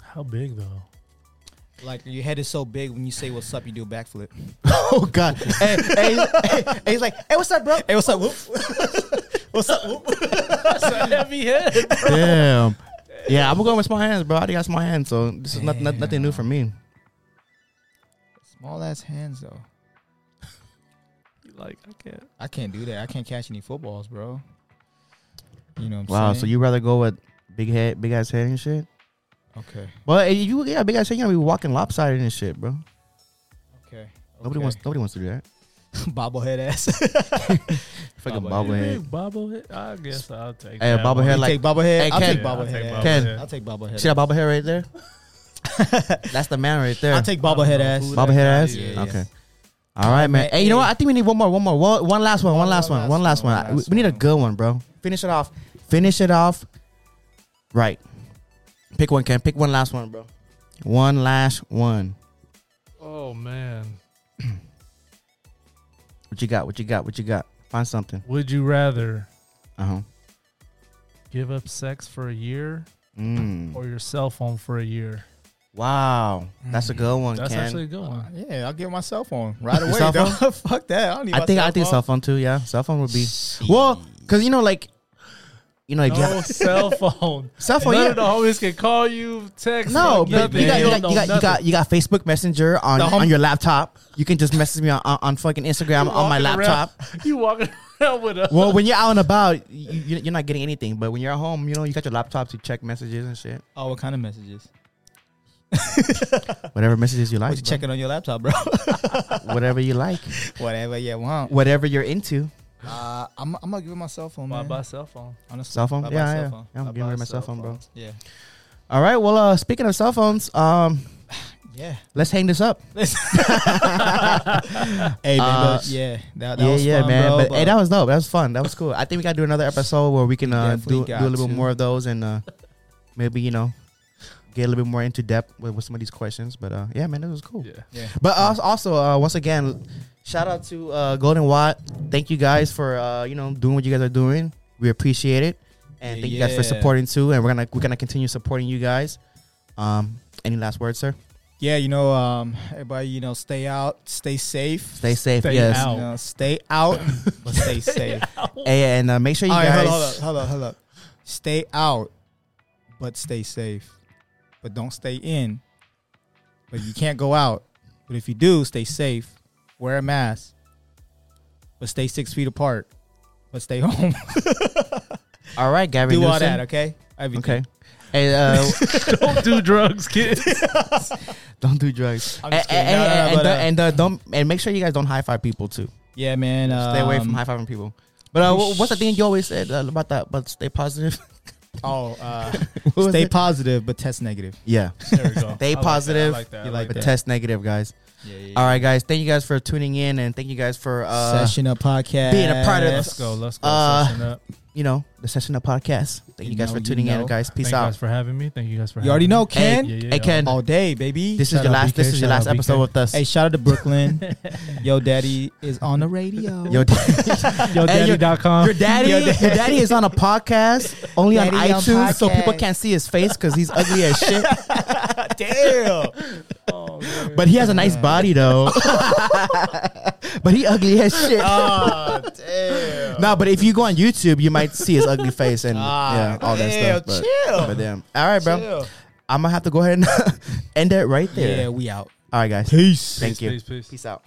C: How big though?
A: Like your head is so big when you say what's up, you do a backflip.
B: oh god. hey, hey, hey, hey, he's like, hey, what's up, bro?
A: Hey, what's up? Whoop. what's up? Whoop.
C: That's a heavy head.
B: Damn. Yeah, I'm going with small hands, bro. I already got small hands, so this is not, not, nothing new for me.
A: Small ass hands though.
C: like I can't.
A: I can't do that. I can't catch any footballs, bro. You know what I'm
B: Wow. So
A: saying?
B: you rather go with big head, big ass head and shit?
A: Okay.
B: Well, if you yeah, big ass head, you gotta be walking lopsided and shit, bro.
A: Okay.
B: Nobody wants, nobody wants to do that.
A: bobblehead ass.
B: Fucking
A: Bobblehead.
B: bobblehead.
C: Big bobblehead. I guess I'll take.
B: Hey, a
C: that one.
B: bobblehead
A: You
B: like
A: take bobblehead.
B: Hey,
A: I'll
B: Ken.
A: take
C: Yeah, I'll
A: bobblehead.
C: take
A: ass.
B: Ken.
A: I'll take bobblehead.
B: See that bobblehead right there? That's the man right there.
A: I'll take bobblehead ass.
C: Who that
B: bobblehead
C: guy
B: ass.
A: is.
B: Okay. All right, man.
A: man,
B: Hey, you know
A: hey.
B: what? I think we need one more, one more, one, one last one, one last one, one last one. We-
A: last
B: We need a
A: one.
B: good one, bro. Finish it off. Finish it off. Right. Pick one, Ken. Pick one last one, bro. One last one.
C: Oh man.
B: What you got? What you got? What you got? Find something.
C: Would you rather
B: Uh huh.
C: give up sex for a year
B: Mm.
C: or your cell phone for a year?
B: Wow, that's a good one,
C: That's
B: Ken.
C: actually a good one.
A: Yeah, I'll get my cell phone right
B: Your
A: away.
B: cell
A: dog. Fuck that. I don't need
B: I
A: my
B: think
A: cell
B: I think
A: phone.
B: cell phone too. Yeah, cell phone would be well, cause you know, like, you know, if you
C: No
B: have
C: cell phone.
B: cell phone,
C: None
B: yeah.
C: of the homies can call you, text.
B: No,
C: fuck
B: but
C: nothing.
B: you got, you,
C: don't
B: got, you,
C: know
B: got, you, got,
C: nothing.
B: you got Facebook Messenger on,
A: The hum-
B: on your laptop. You can just message me on, on, on fucking Instagram
C: You
B: on my
C: walking around-
B: laptop.
C: You walking around with a
B: well, when you're out and about, you, you- you're not getting anything. But when you're at home, you know, you got your laptop to check messages and shit.
A: Oh, what kind of messages?
B: Whatever messages you
A: What
B: like.
A: you
B: bro.
A: checking on your laptop, bro?
B: Whatever you like.
A: Whatever you want.
B: Whatever you're into.
A: Uh, I'm, I'm gonna give it my cell phone,
C: Why
A: man.
C: buy cell phone?
A: Honestly,
B: Cell phone?
A: Buy my
B: yeah,
A: cell
B: yeah.
A: phone.
B: yeah. I'm
C: I
B: getting
C: buy
B: rid of my cell
C: cell
B: phone, bro.
C: phones.
A: yeah,
B: All right. Well, uh, speaking of cell phones, um,
A: yeah.
B: let's hang this up.
A: Hey,
B: Uh,
A: man, but yeah, that, that
B: yeah,
A: was
B: yeah,
A: fun,
B: man.
A: bro,
B: but, hey, that was dope. That was fun. That was cool. I think we got to do another episode where we can uh,
A: definitely
B: do, do
A: got
B: a little bit
A: to.
B: more of those and uh, maybe, you know, get a little bit more into depth with, with some of these questions. But uh, yeah, man, it was cool.
C: Yeah.
A: yeah.
B: But also, also uh, once again, shout out to uh, Golden Watt. Thank you guys for, uh, you know, doing what you guys are doing. We appreciate it. And
A: Yeah,
B: thank you guys for
A: yeah.
B: supporting too. And we're going to we're gonna continue supporting you guys. Um, any last words, sir?
A: yeah, you know, um, everybody, you know, stay out, stay safe,
B: Stay safe.
C: Stay
B: yes.
C: out.
A: You know, stay out, but stay safe.
B: Hey, and uh, make sure you
A: All right,
B: guys.
A: hold up, hold up, hold up. Stay out, but stay safe. But don't stay in. But you can't go out. But if you do, stay safe. Wear a mask. But stay six feet apart. But stay home.
B: All right, Gavin.
A: do all
B: Newsom.
A: that, okay? Everything.
B: Okay. Hey, uh,
C: Don't do drugs, kids.
B: Don't do drugs.
A: I'm
B: And,
A: just kidding.
B: and-
A: No, no, no,
B: and-
A: but, uh,
B: and, uh, don't and make sure you guys don't high five people too.
A: Yeah, man.
B: Stay away from
A: um,
B: high fiving people. But uh,
A: we
B: wh- what's the thing you always said uh, about that? But stay positive.
A: Oh, uh,
B: What was
A: stay
B: it?
A: positive, but test negative.
B: yeah.
C: There we go.
B: Stay
C: I like that, I
B: positive.
C: like that, I
A: You
C: like
A: like
B: But
A: that.
B: test negative, guys.
A: Yeah, yeah.
B: All right, guys. Thank you guys for tuning in, and thank you guys for uh,
A: Session up podcast.
B: being a part of
C: that.
B: Yes.
C: Let's go. Let's go.
B: Uh,
C: Session up.
B: you know the session of podcast. Thank you,
A: You
B: guys
A: know,
B: for
A: you
B: tuning in,
A: know.
B: guys. Peace
C: Thank you guys
B: out.
C: for having me. Thank you guys for
A: You already
C: having
A: know,
C: me.
A: Ken.
C: Yeah, yeah,
B: Hey,
C: yeah.
B: Ken.
A: All day, baby.
B: This is
C: Shout
B: your
C: out
B: last.
C: BK,
B: This is your
C: shout
B: last
C: out
B: episode
C: BK.
B: with us.
A: Hey, shout out to Brooklyn. Yo, daddy is on the radio.
B: Yo,
C: Yo,
B: Hey, you're-
C: daddy.com.
B: Your daddy,
A: Your
B: your
A: dad-
B: daddy is on a podcast, only on
A: Daddy on
B: iTunes, so people
A: podcast.
B: can't see his face because he's ugly as shit.
A: Damn.
C: Oh, man.
B: But he has a nice body though. but he ugly as shit.
A: Oh, damn.
B: no, but if you go on YouTube, you might see his ugly face and yeah, all that
A: Ah, damn,
B: stuff. But,
A: chill.
B: but damn. All right, bro.
A: Chill.
B: I'm gonna have to go ahead and end it right there.
A: Yeah, we out.
B: All right, guys.
A: Peace.
B: Thank you.
C: Peace, peace, peace.
B: Peace out.